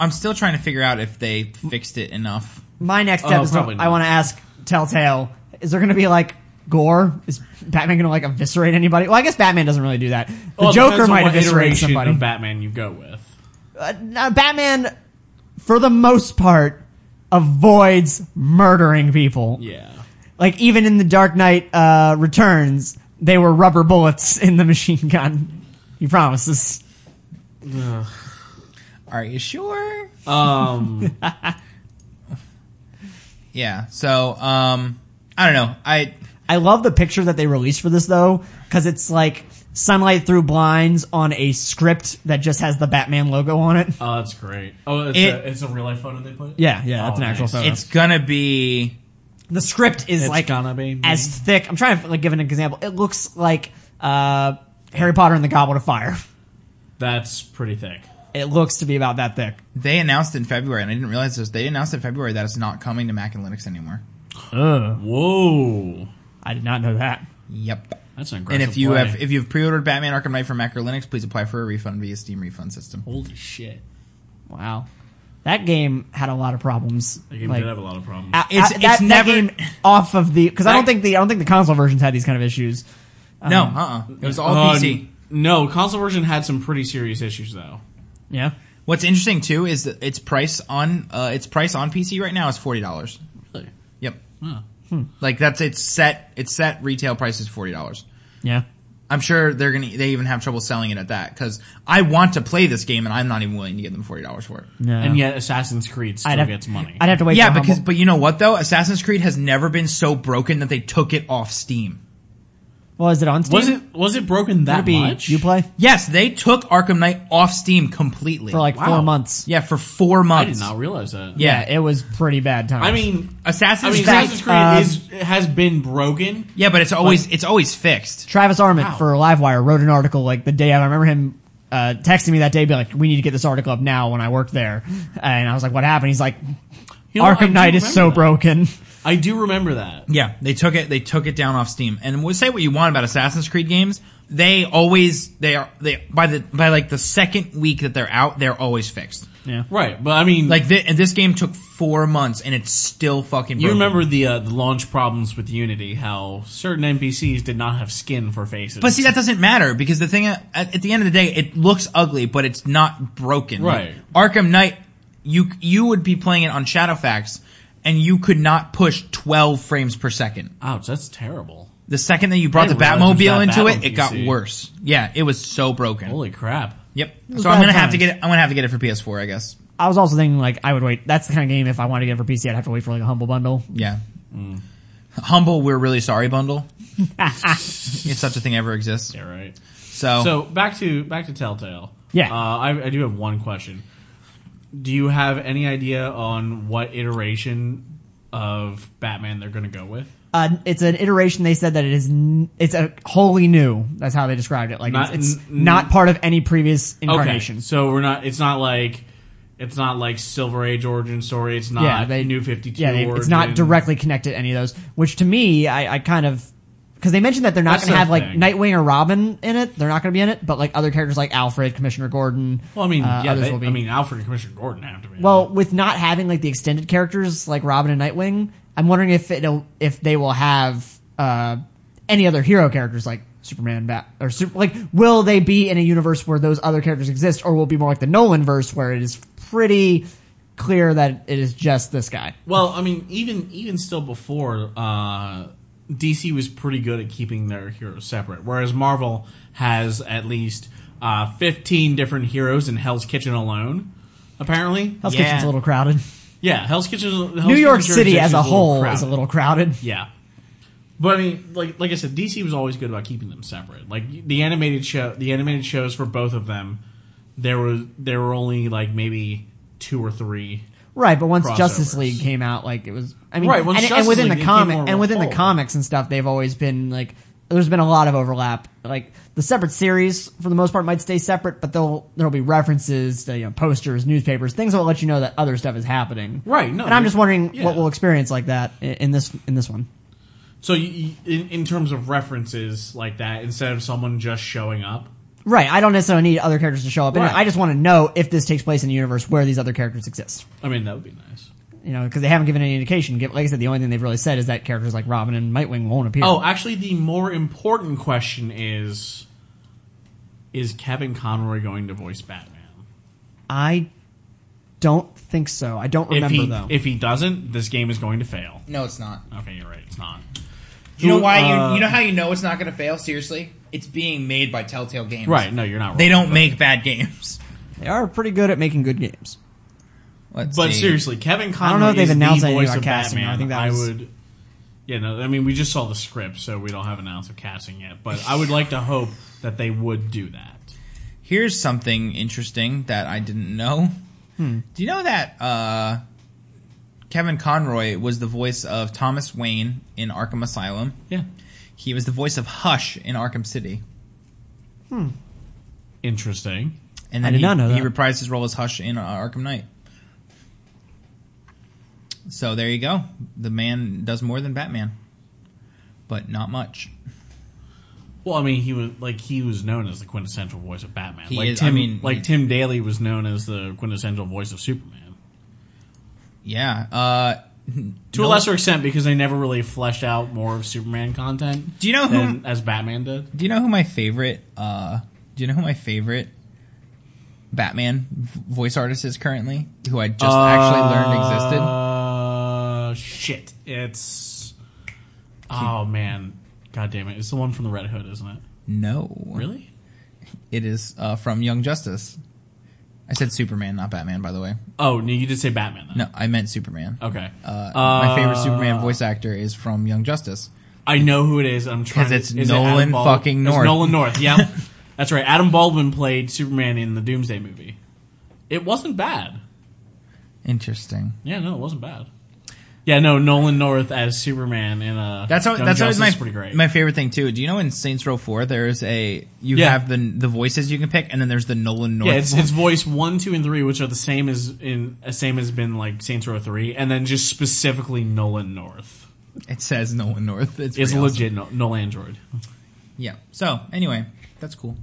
S1: I'm still trying to figure out if they fixed it enough.
S2: My next step
S3: Oh,
S2: is to-
S3: probably not.
S2: I want to ask Telltale: Is there going to be like gore? Is Batman going to like eviscerate anybody? Well, I guess Batman doesn't really do that. The Joker might eviscerate somebody.
S3: Of Batman, you go with.
S2: Uh, no, Batman, for the most part, avoids murdering people.
S3: Yeah.
S2: Like even in the Dark Knight uh, Returns, they were rubber bullets in the machine gun. He promises.
S1: Are you sure?
S3: Um.
S1: Yeah. So, um, I don't know. I
S2: I love the picture that they released for this though, because it's like sunlight through blinds on a script that just has the Batman logo on it.
S3: oh, that's great. Oh, it's,
S1: It-
S3: a, it's a real life photo they put.
S2: Yeah, yeah, that's
S3: Oh,
S2: an actual
S3: nice.
S2: photo.
S1: it's gonna be
S2: the script is
S3: It's
S2: like
S3: gonna be me.
S2: as thick. I'm trying to like give an example. It looks like uh, Harry Potter and the Goblet of Fire.
S3: That's pretty thick.
S2: It looks to be about that thick.
S1: they announced in February and I didn't realize this. They announced in February that it's not coming to Mac and Linux anymore.
S3: Whoa,
S2: I did not know that.
S1: Yep.
S3: that's an
S1: And
S3: aggressive.
S1: if you
S3: play.
S1: have if you've pre-ordered Batman Arkham Knight for Mac or Linux, please apply for a refund via Steam refund system.
S3: holy shit,
S2: Wow, that game had a lot of problems.
S3: that game
S2: Like, uh,
S3: did have a lot of problems.
S2: a-
S1: It's-
S2: a-
S1: it's
S2: that, that
S1: never-
S2: game off of the because I don't
S1: That-
S2: think the I don't think the console versions had these kind of issues.
S1: no, uh, uh it was all
S3: Oh. Um, Uh,
S1: PC.
S3: n- No, console version had some pretty serious issues though.
S2: Yeah,
S1: What's interesting too is that its price on uh, its price on PC right now is forty dollars.
S3: Really?
S1: Yep.
S2: Hmm.
S1: Like that's its set its set retail price is forty dollars.
S2: yeah.
S1: I'm sure they're gonna they even have trouble selling it at that because I want to play this game and I'm not even willing to give them forty dollars for it.
S2: No.
S3: And yet, Assassin's Creed still gets money.
S2: I'd have to wait.
S1: yeah,
S2: for
S1: because
S2: Humble-
S1: but you know what though, Assassin's Creed has never been so broken that they took it off Steam.
S2: well, is it on Steam?
S3: was it was it broken that
S2: Would it be
S3: much?
S2: you play
S1: Yes, they took Arkham Knight off Steam completely
S2: for like
S3: Wow.
S2: four months?
S1: yeah for four
S3: I
S1: months.
S3: did not realize that.
S1: yeah,
S2: it was pretty bad time.
S3: I mean, I
S1: Assassin's
S3: mean,
S1: Creed.
S3: Assassin's Creed
S2: um,
S3: is has been broken.
S1: yeah, but it's always it's always fixed.
S2: Travis Arment
S3: Wow.
S2: for Livewire wrote an article like the day I remember him uh, texting me that day, be like, "We need to get this article up now." When I worked there, and I was like, "What happened?" He's like,
S3: You know, I
S2: "Arkham
S3: do
S2: Knight is
S3: remember
S2: so
S3: that.
S2: broken."
S3: I do remember that.
S1: Yeah, they took it. They took it down off Steam. And we'll say what you want about Assassin's Creed games. They always they are they by the by like the second week that they're out, they're always fixed.
S3: Right, but I mean,
S1: Like thi- and this game took four months and it's still fucking.
S3: you
S1: broken.
S3: remember the uh, the launch problems with Unity, how certain NPCs did not have skin for faces.
S1: But see, that doesn't matter because the thing at, at the end of the day, it looks ugly, but it's not broken.
S3: Right.
S1: Like, Arkham Knight, you you would be playing it on Shadowfax, and you could not push twelve frames per second.
S3: ouch, that's terrible.
S1: The second that you brought the
S3: didn't realize it
S1: Batmobile
S3: was that
S1: into
S3: bad
S1: it,
S3: on
S1: it got
S3: PC.
S1: worse. Yeah, it was so broken.
S3: Holy crap!
S1: Yep.
S2: was
S1: So I'm
S2: bad
S1: gonna have to
S2: times.
S1: get it. I'm gonna have to get it for PS4, I guess.
S2: I was also thinking like I would wait. That's the kind of game if I wanted to get it for PC, I'd have to wait for like a humble bundle.
S1: Yeah.
S3: Mm.
S1: Humble, we're really sorry bundle. if such a thing ever exists.
S3: Yeah, right.
S1: So,
S3: So back to back to Telltale.
S2: Yeah.
S3: uh, I, I do have one question. Do you have any idea on what iteration of Batman they're going to go with?
S2: Uh, it's an iteration. They said that it is. N- it's a wholly new. That's how they described it. Like
S3: Not-
S2: it's,
S3: n-
S2: it's not part of any previous incarnation.
S3: so we're not. It's not like it's not like Silver Age origin story. It's not
S2: Yeah, they-
S3: New Fifty Two.
S2: yeah, they, it's not directly connected to any of those. Which to me, I, I kind of because they mentioned that they're not
S3: That's
S2: going to have
S3: the
S2: like
S3: thing.
S2: Nightwing or Robin in it. They're not going to be in it, but like other characters like Alfred, Commissioner Gordon.
S3: Well, I mean,
S2: uh,
S3: yeah,
S2: others
S3: they,
S2: will be.
S3: I mean, Alfred and Commissioner Gordon have to be. in
S2: well,
S3: it.
S2: with not having like the extended characters like Robin and Nightwing, I'm wondering if it'll if they will have uh, any other hero characters like Superman, Bat, or Super, like will they be in a universe where those other characters exist, or will it be more like the Nolan verse where it is pretty clear that it is just this guy?
S3: Well, I mean, even even still before uh, DC was pretty good at keeping their heroes separate, whereas Marvel has at least uh, fifteen different heroes in Hell's Kitchen alone. Apparently,
S2: Hell's
S3: yeah.
S2: Kitchen's a little crowded.
S3: yeah. Hell's Kitchen, Hell's
S2: New York
S3: Kitchen
S2: City
S3: jurisdiction
S2: as a
S3: is
S2: whole is a
S3: crowded.
S2: little crowded.
S3: Yeah. But I mean, like like I said, DC was always good about keeping them separate. Like the animated show, the animated shows for both of them, there was there were only like maybe two or three.
S2: Right, but once Justice
S3: Crossovers.
S2: League came out, like it was, I mean,
S3: Right, once
S2: and, and
S3: Justice
S2: within
S3: League,
S2: the
S3: it
S2: comic
S3: came more
S2: and within the
S3: full.
S2: comics and stuff, they've always been like, there's been a lot of overlap. Like the separate series, for the most part, might stay separate, but they'll there'll be references to you know posters, newspapers, things that will let you know that other stuff is happening.
S3: Right, no,
S2: and I'm
S3: they-
S2: just wondering
S3: yeah.
S2: what we'll experience like that i- in this in this one.
S3: So you, you, in in terms of references like that, instead of someone just showing up,
S2: Right, I don't necessarily need other characters to show up. in it.
S3: Right.
S2: I just want to know if this takes place in a universe where these other characters exist.
S3: I mean that would be nice.
S2: You know, because they haven't given any indication. Give- Like I said, the only thing they've really said is that characters like Robin and Nightwing won't appear.
S3: Oh, actually, the more important question is: Is Kevin Conroy going to voice Batman?
S2: I don't think so. I don't
S3: If
S2: remember
S3: he
S2: though.
S3: if he doesn't, this game is going to fail.
S1: No, it's not.
S3: Okay, you're right. It's not.
S1: You know why?
S3: Uh,
S1: you, you know how you know it's not going to fail? Seriously? It's being made by Telltale Games.
S3: Right? No, you're not. Wrong.
S1: They don't make bad games.
S2: they are pretty good at making good games.
S1: Let's
S3: But
S1: see.
S3: seriously, Kevin Conroy. I
S2: know if they've announced
S3: the
S2: anything
S3: voice
S2: about
S3: of
S2: casting.
S3: Batman.
S2: I think that was-
S3: would. Yeah, no. I mean, we just saw the script, so we don't have announced of casting yet. But I would like to hope that they would do that.
S1: here's something interesting that I didn't know.
S2: Hmm.
S1: Do you know that uh, Kevin Conroy was the voice of Thomas Wayne in Arkham Asylum?
S3: Yeah.
S1: He was the voice of Hush in Arkham City.
S3: Interesting.
S1: And
S2: I
S1: then
S2: did
S1: he,
S2: not know
S1: he
S2: that.
S1: reprised his role as Hush in uh, Arkham Knight. So there you go. The man does more than Batman, but not much.
S3: Well, I mean, he was like he was known as the quintessential voice of Batman.
S1: He
S3: like
S1: is- I
S3: Tim,
S1: mean,
S3: like
S1: he-
S3: Tim Daly was known as the quintessential voice of Superman
S1: Yeah. Uh,
S3: to a lesser extent because they never really fleshed out more of Superman content.
S1: Do you know who-
S3: than, as Batman did?
S1: Do you know who my favorite? Uh, do you know who my favorite Batman v- voice artist is currently? Who I just actually learned existed.
S3: Uh, shit. It's. Oh, man. God damn it. It's the one from the Red Hood, isn't it?
S1: No,
S3: Really?
S1: it is uh, from Young Justice. I said Superman, not Batman. By the way,
S3: Oh, no, you did say Batman, then.
S1: no, I meant Superman.
S3: Okay.
S1: Uh, my favorite Superman voice actor is from Young Justice.
S3: I know who it is. I'm trying
S1: 'Cause
S3: to-
S1: it's
S3: is it Adam
S1: Nolan
S3: Bald-
S1: fucking
S3: it's
S1: North.
S3: Nolan North, yeah. That's right. Adam Baldwin played Superman in the Doomsday movie. It wasn't bad.
S1: Interesting.
S3: Yeah, no, it wasn't bad. Yeah, no, Nolan North as Superman in a.
S1: That's al-
S3: Young
S1: that's always
S3: Justice
S1: my
S3: is pretty great.
S1: my favorite thing too. Do you know in Saints Row Four there's a you
S3: Yeah.
S1: have the the voices you can pick, and then there's the Nolan North.
S3: Yeah, it's, it's voice one, two, and three, which are the same as in uh, same as been like Saints Row three, and then just specifically Nolan North.
S1: it says Nolan North. It's, pretty
S3: It's
S1: awesome.
S3: legit no, Nolan Android.
S1: Yeah. So anyway, that's cool.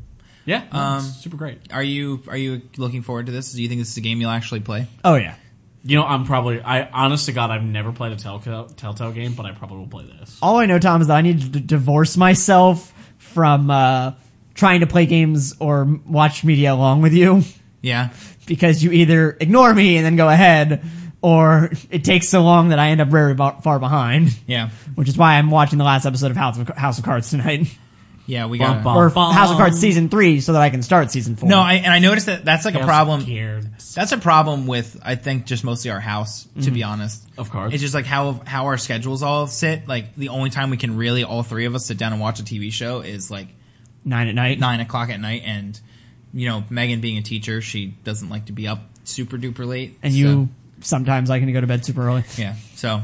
S3: Yeah, no,
S1: Um,
S3: it's super great.
S1: Are you are you looking forward to this? Do you think this is a game you'll actually play?
S2: Oh yeah,
S3: You know, I'm probably I honest to God, I've never played a Telltale, Telltale game, but I probably will play this.
S2: all I know, Tom, is that I need to d- divorce myself from uh, trying to play games or m- watch media along with you
S1: Yeah.
S2: because you either ignore me and then go ahead, or it takes so long that I end up very bo- far behind.
S1: Yeah.
S2: Which is why I'm watching the last episode of House of, House of Cards tonight,
S1: Yeah, we got
S3: Bum,
S2: or
S3: Bum.
S2: House of Cards season three, so that I can start season four.
S1: No, I, and I noticed that that's like a problem.
S3: here.
S1: That's a problem with I think just mostly our house to be honest.
S3: Mm-hmm. Of course.
S1: It's just like how how our schedules all sit. Like the only time we can really all three of us sit down and watch a TV show is like
S2: nine at night.
S1: nine o'clock at night and you know, Megan being a teacher, she doesn't like to be up super duper late.
S2: and
S1: so-
S2: you sometimes I can go to bed super early.
S1: Yeah. So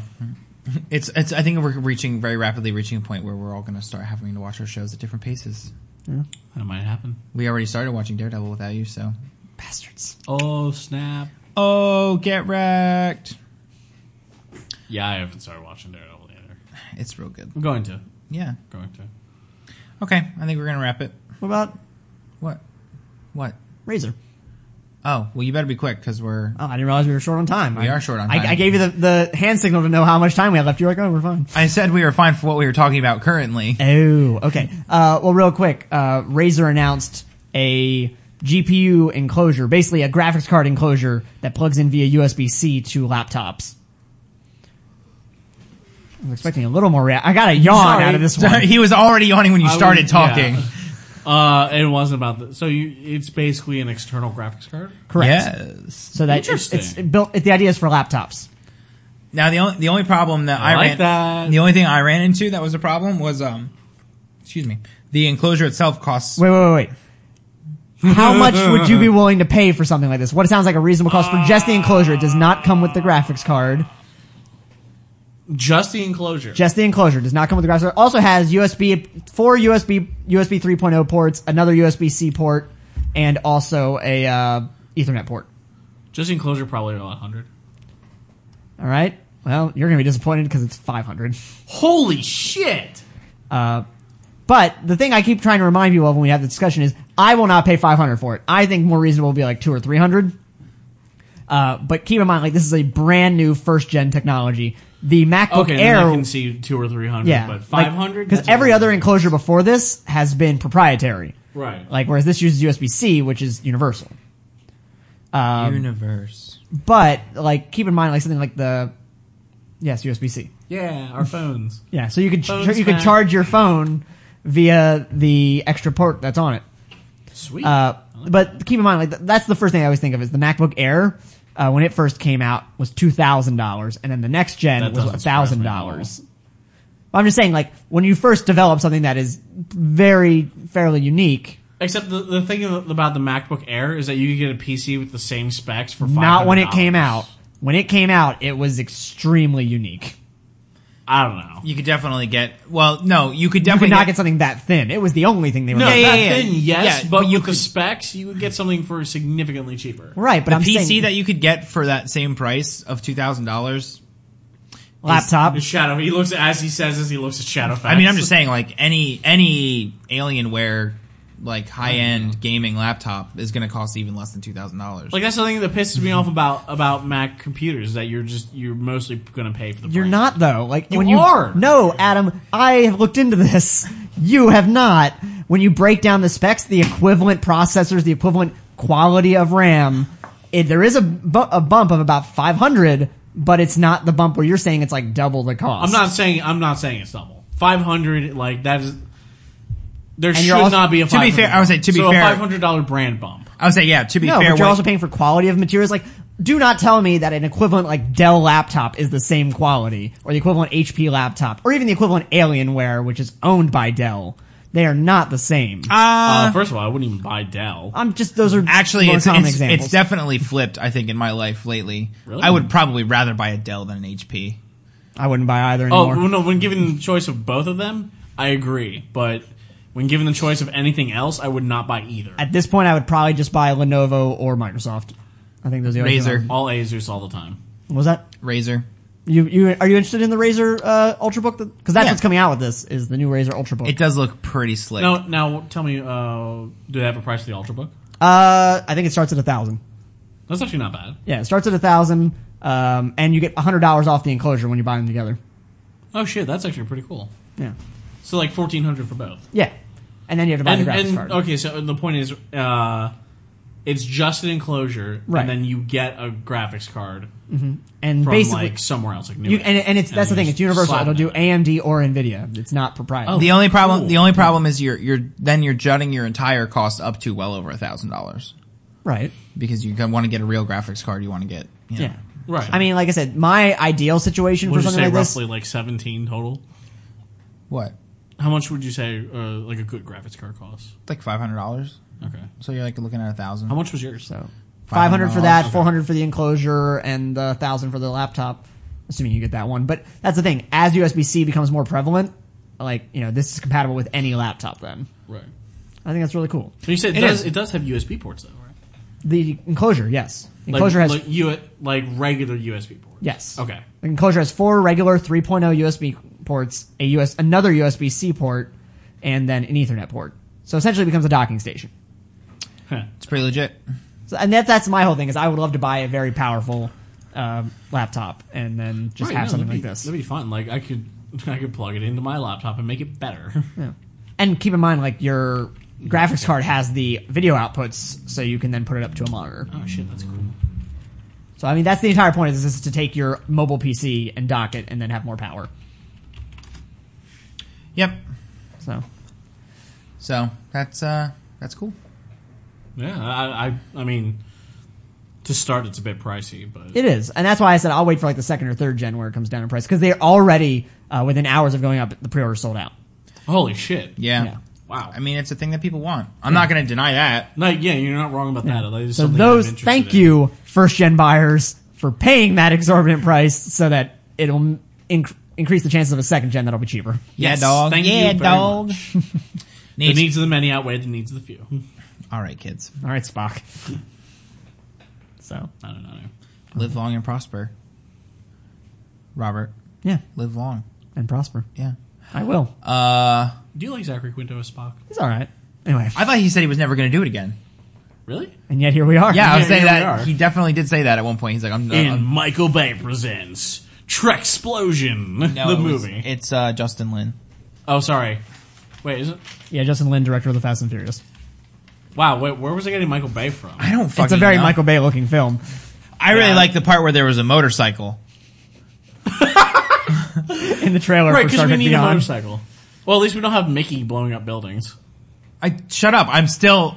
S1: it's it's I think we're reaching very rapidly reaching a point where we're all going to start having to watch our shows at different paces.
S3: That might happen.
S1: We already started watching Daredevil without you, so
S2: Bastards.
S3: Oh snap!
S1: Oh, get wrecked.
S3: Yeah, I haven't started watching Daredevil either.
S1: It's real good.
S3: I'm going to,
S1: Yeah.
S3: going to.
S1: Okay, I think we're going to wrap it.
S2: What about
S1: What? What?
S2: Razor?
S1: Oh, well, you better be quick because we're.
S2: Oh, I didn't realize we were short on time.
S1: We
S2: I-
S1: are short on
S2: I,
S1: time.
S2: I gave you the, the hand signal to know how much time we had left. You're like, oh, we're fine.
S1: I said we were fine for what we were talking about currently.
S2: Oh, okay. Uh, well, real quick, uh, Razer announced a GPU enclosure, basically a graphics card enclosure that plugs in via USB-C to laptops. I was expecting a little more. Rea- I got a yawn
S3: Sorry.
S2: out of this one.
S1: Sorry, he was already yawning when you
S3: I was-
S1: started talking.
S3: yeah. Uh, it wasn't about the. So you, it's basically an external graphics card.
S2: Correct.
S1: Yes.
S2: So that it's,
S3: Interesting.
S2: it's built. It, the idea is for laptops.
S1: Now the only the only problem that I,
S3: I like
S1: ran
S3: that.
S1: the only thing I ran into that was a problem was um excuse me the enclosure itself costs
S2: Wait, wait, wait. wait. How much would you be willing to pay for something like this? What sounds like a reasonable cost for just the enclosure? It does not come with the graphics card.
S3: Just the enclosure.
S2: Just the enclosure does not come with the graphics card. Also has USB four USB USB 3.0 ports, another USB C port, and also a uh, Ethernet port.
S3: Just the enclosure probably about hundred.
S2: All right. Well, you're gonna be disappointed because it's 500.
S3: Holy shit!
S2: But the thing I keep trying to remind people of when we have the discussion is I will not pay 500 for it. I think more reasonable would be like two or 300. Uh, but keep in mind, like this is a brand new first gen technology. The MacBook
S3: Okay,
S2: Air,
S3: then I can see two or three hundred,
S2: yeah,
S3: but five hundred
S2: because every other enclosure before this has been proprietary.
S3: right.
S2: Like whereas this uses USB C, which is universal.
S1: um, universe.
S2: But like keep in mind, like something like the yes USB C.
S3: yeah, our phones.
S2: Yeah, so you could
S3: Phone's
S2: ch- you could
S3: back.
S2: charge your phone via the extra port that's on it.
S3: Sweet.
S2: Uh, but keep in mind, like th- that's the first thing I always think of is the MacBook Air. Uh, when it first came out, was two thousand dollars, and then the next gen
S3: That
S2: was
S3: doesn't surprise
S2: thousand
S3: me at all.
S2: dollars. I'm just saying, like when you first develop something that is very fairly unique,
S3: Except the, the thing about the MacBook Air is that you could get a PC with the same specs for $500.
S2: not when it came out. When it came out, it was extremely unique.
S3: I don't know.
S1: You could definitely get well. No, you could
S2: You could
S1: definitely
S2: not get something that thin. It was the only thing they were
S3: No,
S2: making.
S1: yeah,
S3: that
S1: yeah,
S3: thing,
S1: yeah.
S3: yes,
S1: Yeah,
S3: but,
S1: but you
S3: with the specs, you would get something for significantly cheaper.
S2: right. But
S1: the
S2: I'm
S1: PC
S2: saying
S1: that you could get for that same price of two thousand dollars.
S2: laptop.
S3: The Shadow. He looks as he says as he looks at Shadow.
S1: I mean, I'm just saying, like any any Alienware like high end gaming laptop is going to cost even less than two thousand dollars.
S3: Like that's the thing that pisses me off about about Mac computers is that you're just you're mostly going to pay for the.
S2: You're
S3: brand.
S2: not though. Like
S3: You
S2: when you
S3: are.
S2: No, Adam, I have looked into this. You have not. When you break down the specs, the equivalent processors, the equivalent quality of RAM, it, there is a, bu- a bump of about 500, but it's not the bump where you're saying it's like double the cost.
S3: I'm not saying I'm not saying it's double. Five hundred like that is. There
S2: And
S3: should
S2: you're also-
S3: not be a.
S1: To be fair, I would say, to be
S3: so
S1: fair-
S3: a five hundred dollar brand bump.
S1: I would say, yeah. To be
S2: No,
S1: fair,
S2: but you're
S1: what-
S2: also paying for quality of materials. Like, do not tell me that an equivalent like Dell laptop is the same quality, or the equivalent HP laptop, or even the equivalent Alienware, which is owned by Dell. They are not the same.
S3: Uh, first of all, I wouldn't even buy Dell.
S1: Uh,
S2: I'm just those are
S1: Actually,
S2: more
S1: it's,
S2: common
S1: it's,
S2: examples.
S1: it's definitely flipped. I think in my life lately,
S3: Really?
S1: I would probably rather buy a Dell than an HP.
S2: I wouldn't buy either
S3: Oh
S2: anymore.
S3: well, no! When given the choice of both of them, I agree. But when given the choice of anything else, I would not buy either.
S2: At this point, I would probably just buy Lenovo or Microsoft. I think those are the only two
S1: Razer.
S2: I'm-
S3: All Asus all the time.
S2: What was that
S1: Razer.
S2: you? You are you interested in the Razer uh, Ultrabook? Because that's
S1: Yeah.
S2: what's coming out with this is the new Razer Ultrabook.
S1: It does look pretty slick.
S3: Now, now tell me, uh, do they have a price for the Ultrabook?
S2: uh, I think it starts at a thousand.
S3: That's actually not bad.
S2: Yeah, it starts at a thousand, um, and you get hundred dollars off the enclosure when you buy them together.
S3: Oh shit, that's actually pretty cool.
S2: Yeah,
S3: So like fourteen hundred for both.
S2: yeah, and then you have to buy
S3: And,
S2: the graphics
S3: and-
S2: card.
S3: okay, so the point is, uh, it's just an enclosure,
S2: Right.
S3: and then you get a graphics card
S2: and
S3: from
S2: basically,
S3: like somewhere else, like New
S2: you, and, and it's that's the thing. It's universal. It'll do AMD or Nvidia. It's not proprietary.
S1: the only problem,
S3: cool.
S1: the only problem is you're you're then you're jutting your entire cost up to well over a thousand dollars
S2: right.
S1: because you want to get a real graphics card. You want to get you know.
S2: Yeah.
S3: Right.
S2: I mean, like I said, my ideal situation
S3: would
S2: for
S3: you
S2: something
S3: say
S2: like
S3: roughly
S2: this.
S3: like seventeen total?
S1: what
S3: How much would you say uh, like a good graphics card costs?
S1: like five hundred dollars.
S3: Okay.
S1: So you're like looking at a thousand.
S3: How much was yours?
S2: So five hundred for
S1: $500,
S2: that,
S1: okay.
S2: four hundred for the enclosure, and the thousand for the laptop. Assuming you get that one, but that's the thing. As USB C becomes more prevalent, like you know, this is compatible with any laptop. Then
S3: Right.
S2: I think that's really cool.
S3: So you said it,
S1: It
S3: does
S1: is.
S3: it does have USB ports though, right?
S2: The enclosure, yes, the
S3: Like,
S2: enclosure has
S3: like, U- like regular USB ports.
S2: yes.
S3: Okay.
S2: the enclosure has four regular 3.0 USB ports, a US another USB C port, and then an Ethernet port. So essentially, it becomes a docking station.
S3: Huh.
S1: It's pretty legit.
S2: So, and that that's my whole thing is I would love to buy a very powerful um, laptop and then just
S3: Right,
S2: have
S3: no,
S2: something
S3: that'd
S2: like
S3: be-
S2: this.
S3: That'd be fun. Like I could, I could plug it into my laptop and make it better.
S2: Yeah. And keep in mind, like your graphics card has the video outputs, so you can then put it up to a monitor.
S3: oh shit, that's cool.
S2: So I mean, that's the entire point is this is to take your mobile PC and dock it, and then have more power.
S1: Yep.
S2: So
S1: So that's uh that's cool.
S3: Yeah, I, I, I mean, to start, it's a bit pricey, but
S2: it is, and that's why I said I'll wait for like the second or third gen where it comes down in price because they're already uh, within hours of going up, the pre-order sold out.
S3: holy shit,
S1: Yeah.
S2: Yeah.
S3: wow.
S1: I mean, it's a thing that people want. I'm not going to deny that.
S3: no, yeah, you're not wrong about that. That is
S2: So
S3: something
S2: those,
S3: I'm interested
S2: thank
S3: in.
S2: you, first gen buyers, for paying that exorbitant price so that it'll inc- increase the chances of a second gen that'll be cheaper.
S3: Yes,
S1: yeah, dog.
S3: thank you
S1: yeah,
S3: very
S1: dog.
S3: The
S1: Needs-
S3: needs of the many outweigh the needs of the few.
S1: All right, kids.
S2: All right, Spock. So
S3: I don't know.
S1: Live long and prosper. Robert,
S2: yeah,
S1: live long.
S2: and prosper.
S1: Yeah.
S2: I will.
S1: Uh,
S3: Do you like Zachary Quinto as Spock?
S2: He's all right. Anyway,
S1: I thought he said he was never going to do it again.
S3: Really?
S2: and yet here we are.
S1: Yeah, I was
S3: Yeah,
S1: saying
S3: here we
S1: that
S3: are.
S1: he definitely did say that at one point. He's like, I'm, uh,
S3: In
S1: I'm
S3: Michael Bay presents Trek Explosion,
S1: no,
S3: the
S1: it was-
S3: movie.
S1: It's uh, Justin Lin.
S3: oh, sorry. Wait, is it?
S2: yeah, Justin Lin, director of the Fast and Furious.
S3: Wow, wait, where was I getting Michael Bay from?
S1: I don't fucking.
S2: It's a very
S1: know.
S2: Michael Bay looking film.
S1: I really
S3: Yeah.
S1: like the part where there was a motorcycle.
S2: In the trailer
S3: Right,
S2: for
S3: because
S2: Star
S3: we
S2: Trek
S3: need a
S2: Beyond.
S3: motorcycle. Well, at least we don't have Mickey blowing up buildings.
S1: I shut up. I'm still.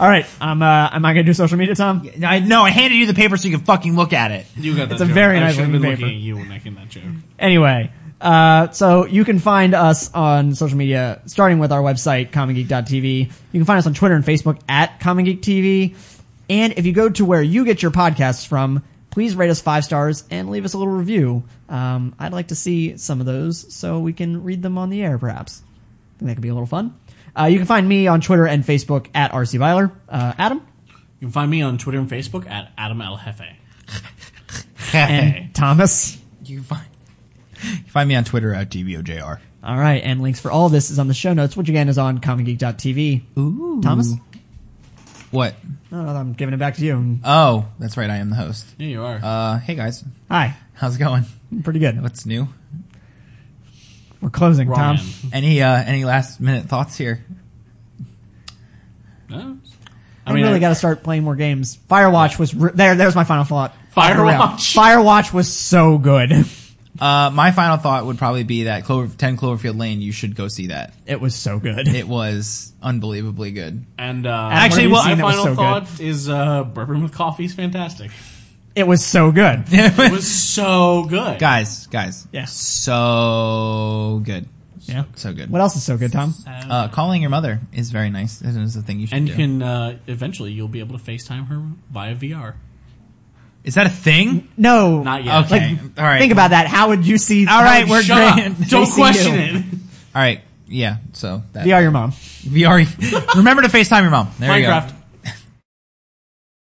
S2: All right, I'm. Uh, am I going to do social media, Tom?
S1: I no. I handed you the paper so you could fucking look at it.
S3: You got that.
S2: It's a
S3: joke.
S2: very
S3: I
S2: nice
S3: should've
S2: looking
S3: been
S2: paper.
S3: looking at you when making that joke.
S2: Anyway, uh, so you can find us on social media, starting with our website, commongeek.tv. You can find us on Twitter and Facebook at Common Geek TV. And if you go to where you get your podcasts from, please rate us five stars and leave us a little review. Um, I'd like to see some of those so we can read them on the air, perhaps. I think that could be a little fun. Uh, you can find me on Twitter and Facebook at RC Byler. Uh, Adam
S3: You can find me on Twitter and Facebook at Adam El Jefe.
S2: and Thomas.
S1: you can find. You can find me on Twitter at dbojr.
S2: All right, and links for all this is on the show notes, which again is on commongeek.tv. Ooh. Thomas?
S1: What?
S2: No, no, I'm giving it back to you.
S1: Oh, that's right. I am the host.
S3: Yeah, you are.
S1: Uh, hey guys,
S2: Hi.
S1: how's it going?
S2: Pretty good.
S1: What's new?
S2: We're closing,
S3: Wrong
S2: Tom.
S1: Any uh, any last minute thoughts here?
S3: man. No?
S2: I, really got to start playing more games. Firewatch was re- there. There's my final thought.
S3: Firewatch.
S2: Off the rail. Firewatch was so good.
S1: Uh, my final thought would probably be that Clover, 10 Cloverfield Lane, you should go see that.
S2: It was so good.
S1: It was unbelievably good.
S3: And uh,
S2: Actually,
S3: actually,
S2: what
S3: well,
S2: have
S3: my
S2: you
S3: final
S2: seen that was so
S3: thought is uh, bourbon with coffee is fantastic.
S2: It was so good.
S3: It was so good.
S1: guys, guys.
S2: Yeah.
S1: So good.
S2: Yeah.
S1: So good.
S2: What else is so good, Tom?
S1: Uh, calling your mother is very nice. It is a thing you should
S3: and
S1: do.
S3: you can uh, eventually you'll be able to FaceTime her via VR.
S1: is that a thing?
S2: No.
S3: Not yet.
S1: Okay. All right.
S2: Think about that. How would you see?
S1: All right,
S2: how would-
S1: we're
S3: Shut
S1: grand.
S3: up. Don't
S2: VCU.
S3: question it.
S1: All right. Yeah. So that
S2: VR your mom.
S1: VR. Remember to FaceTime your mom. There you go.
S3: Minecraft.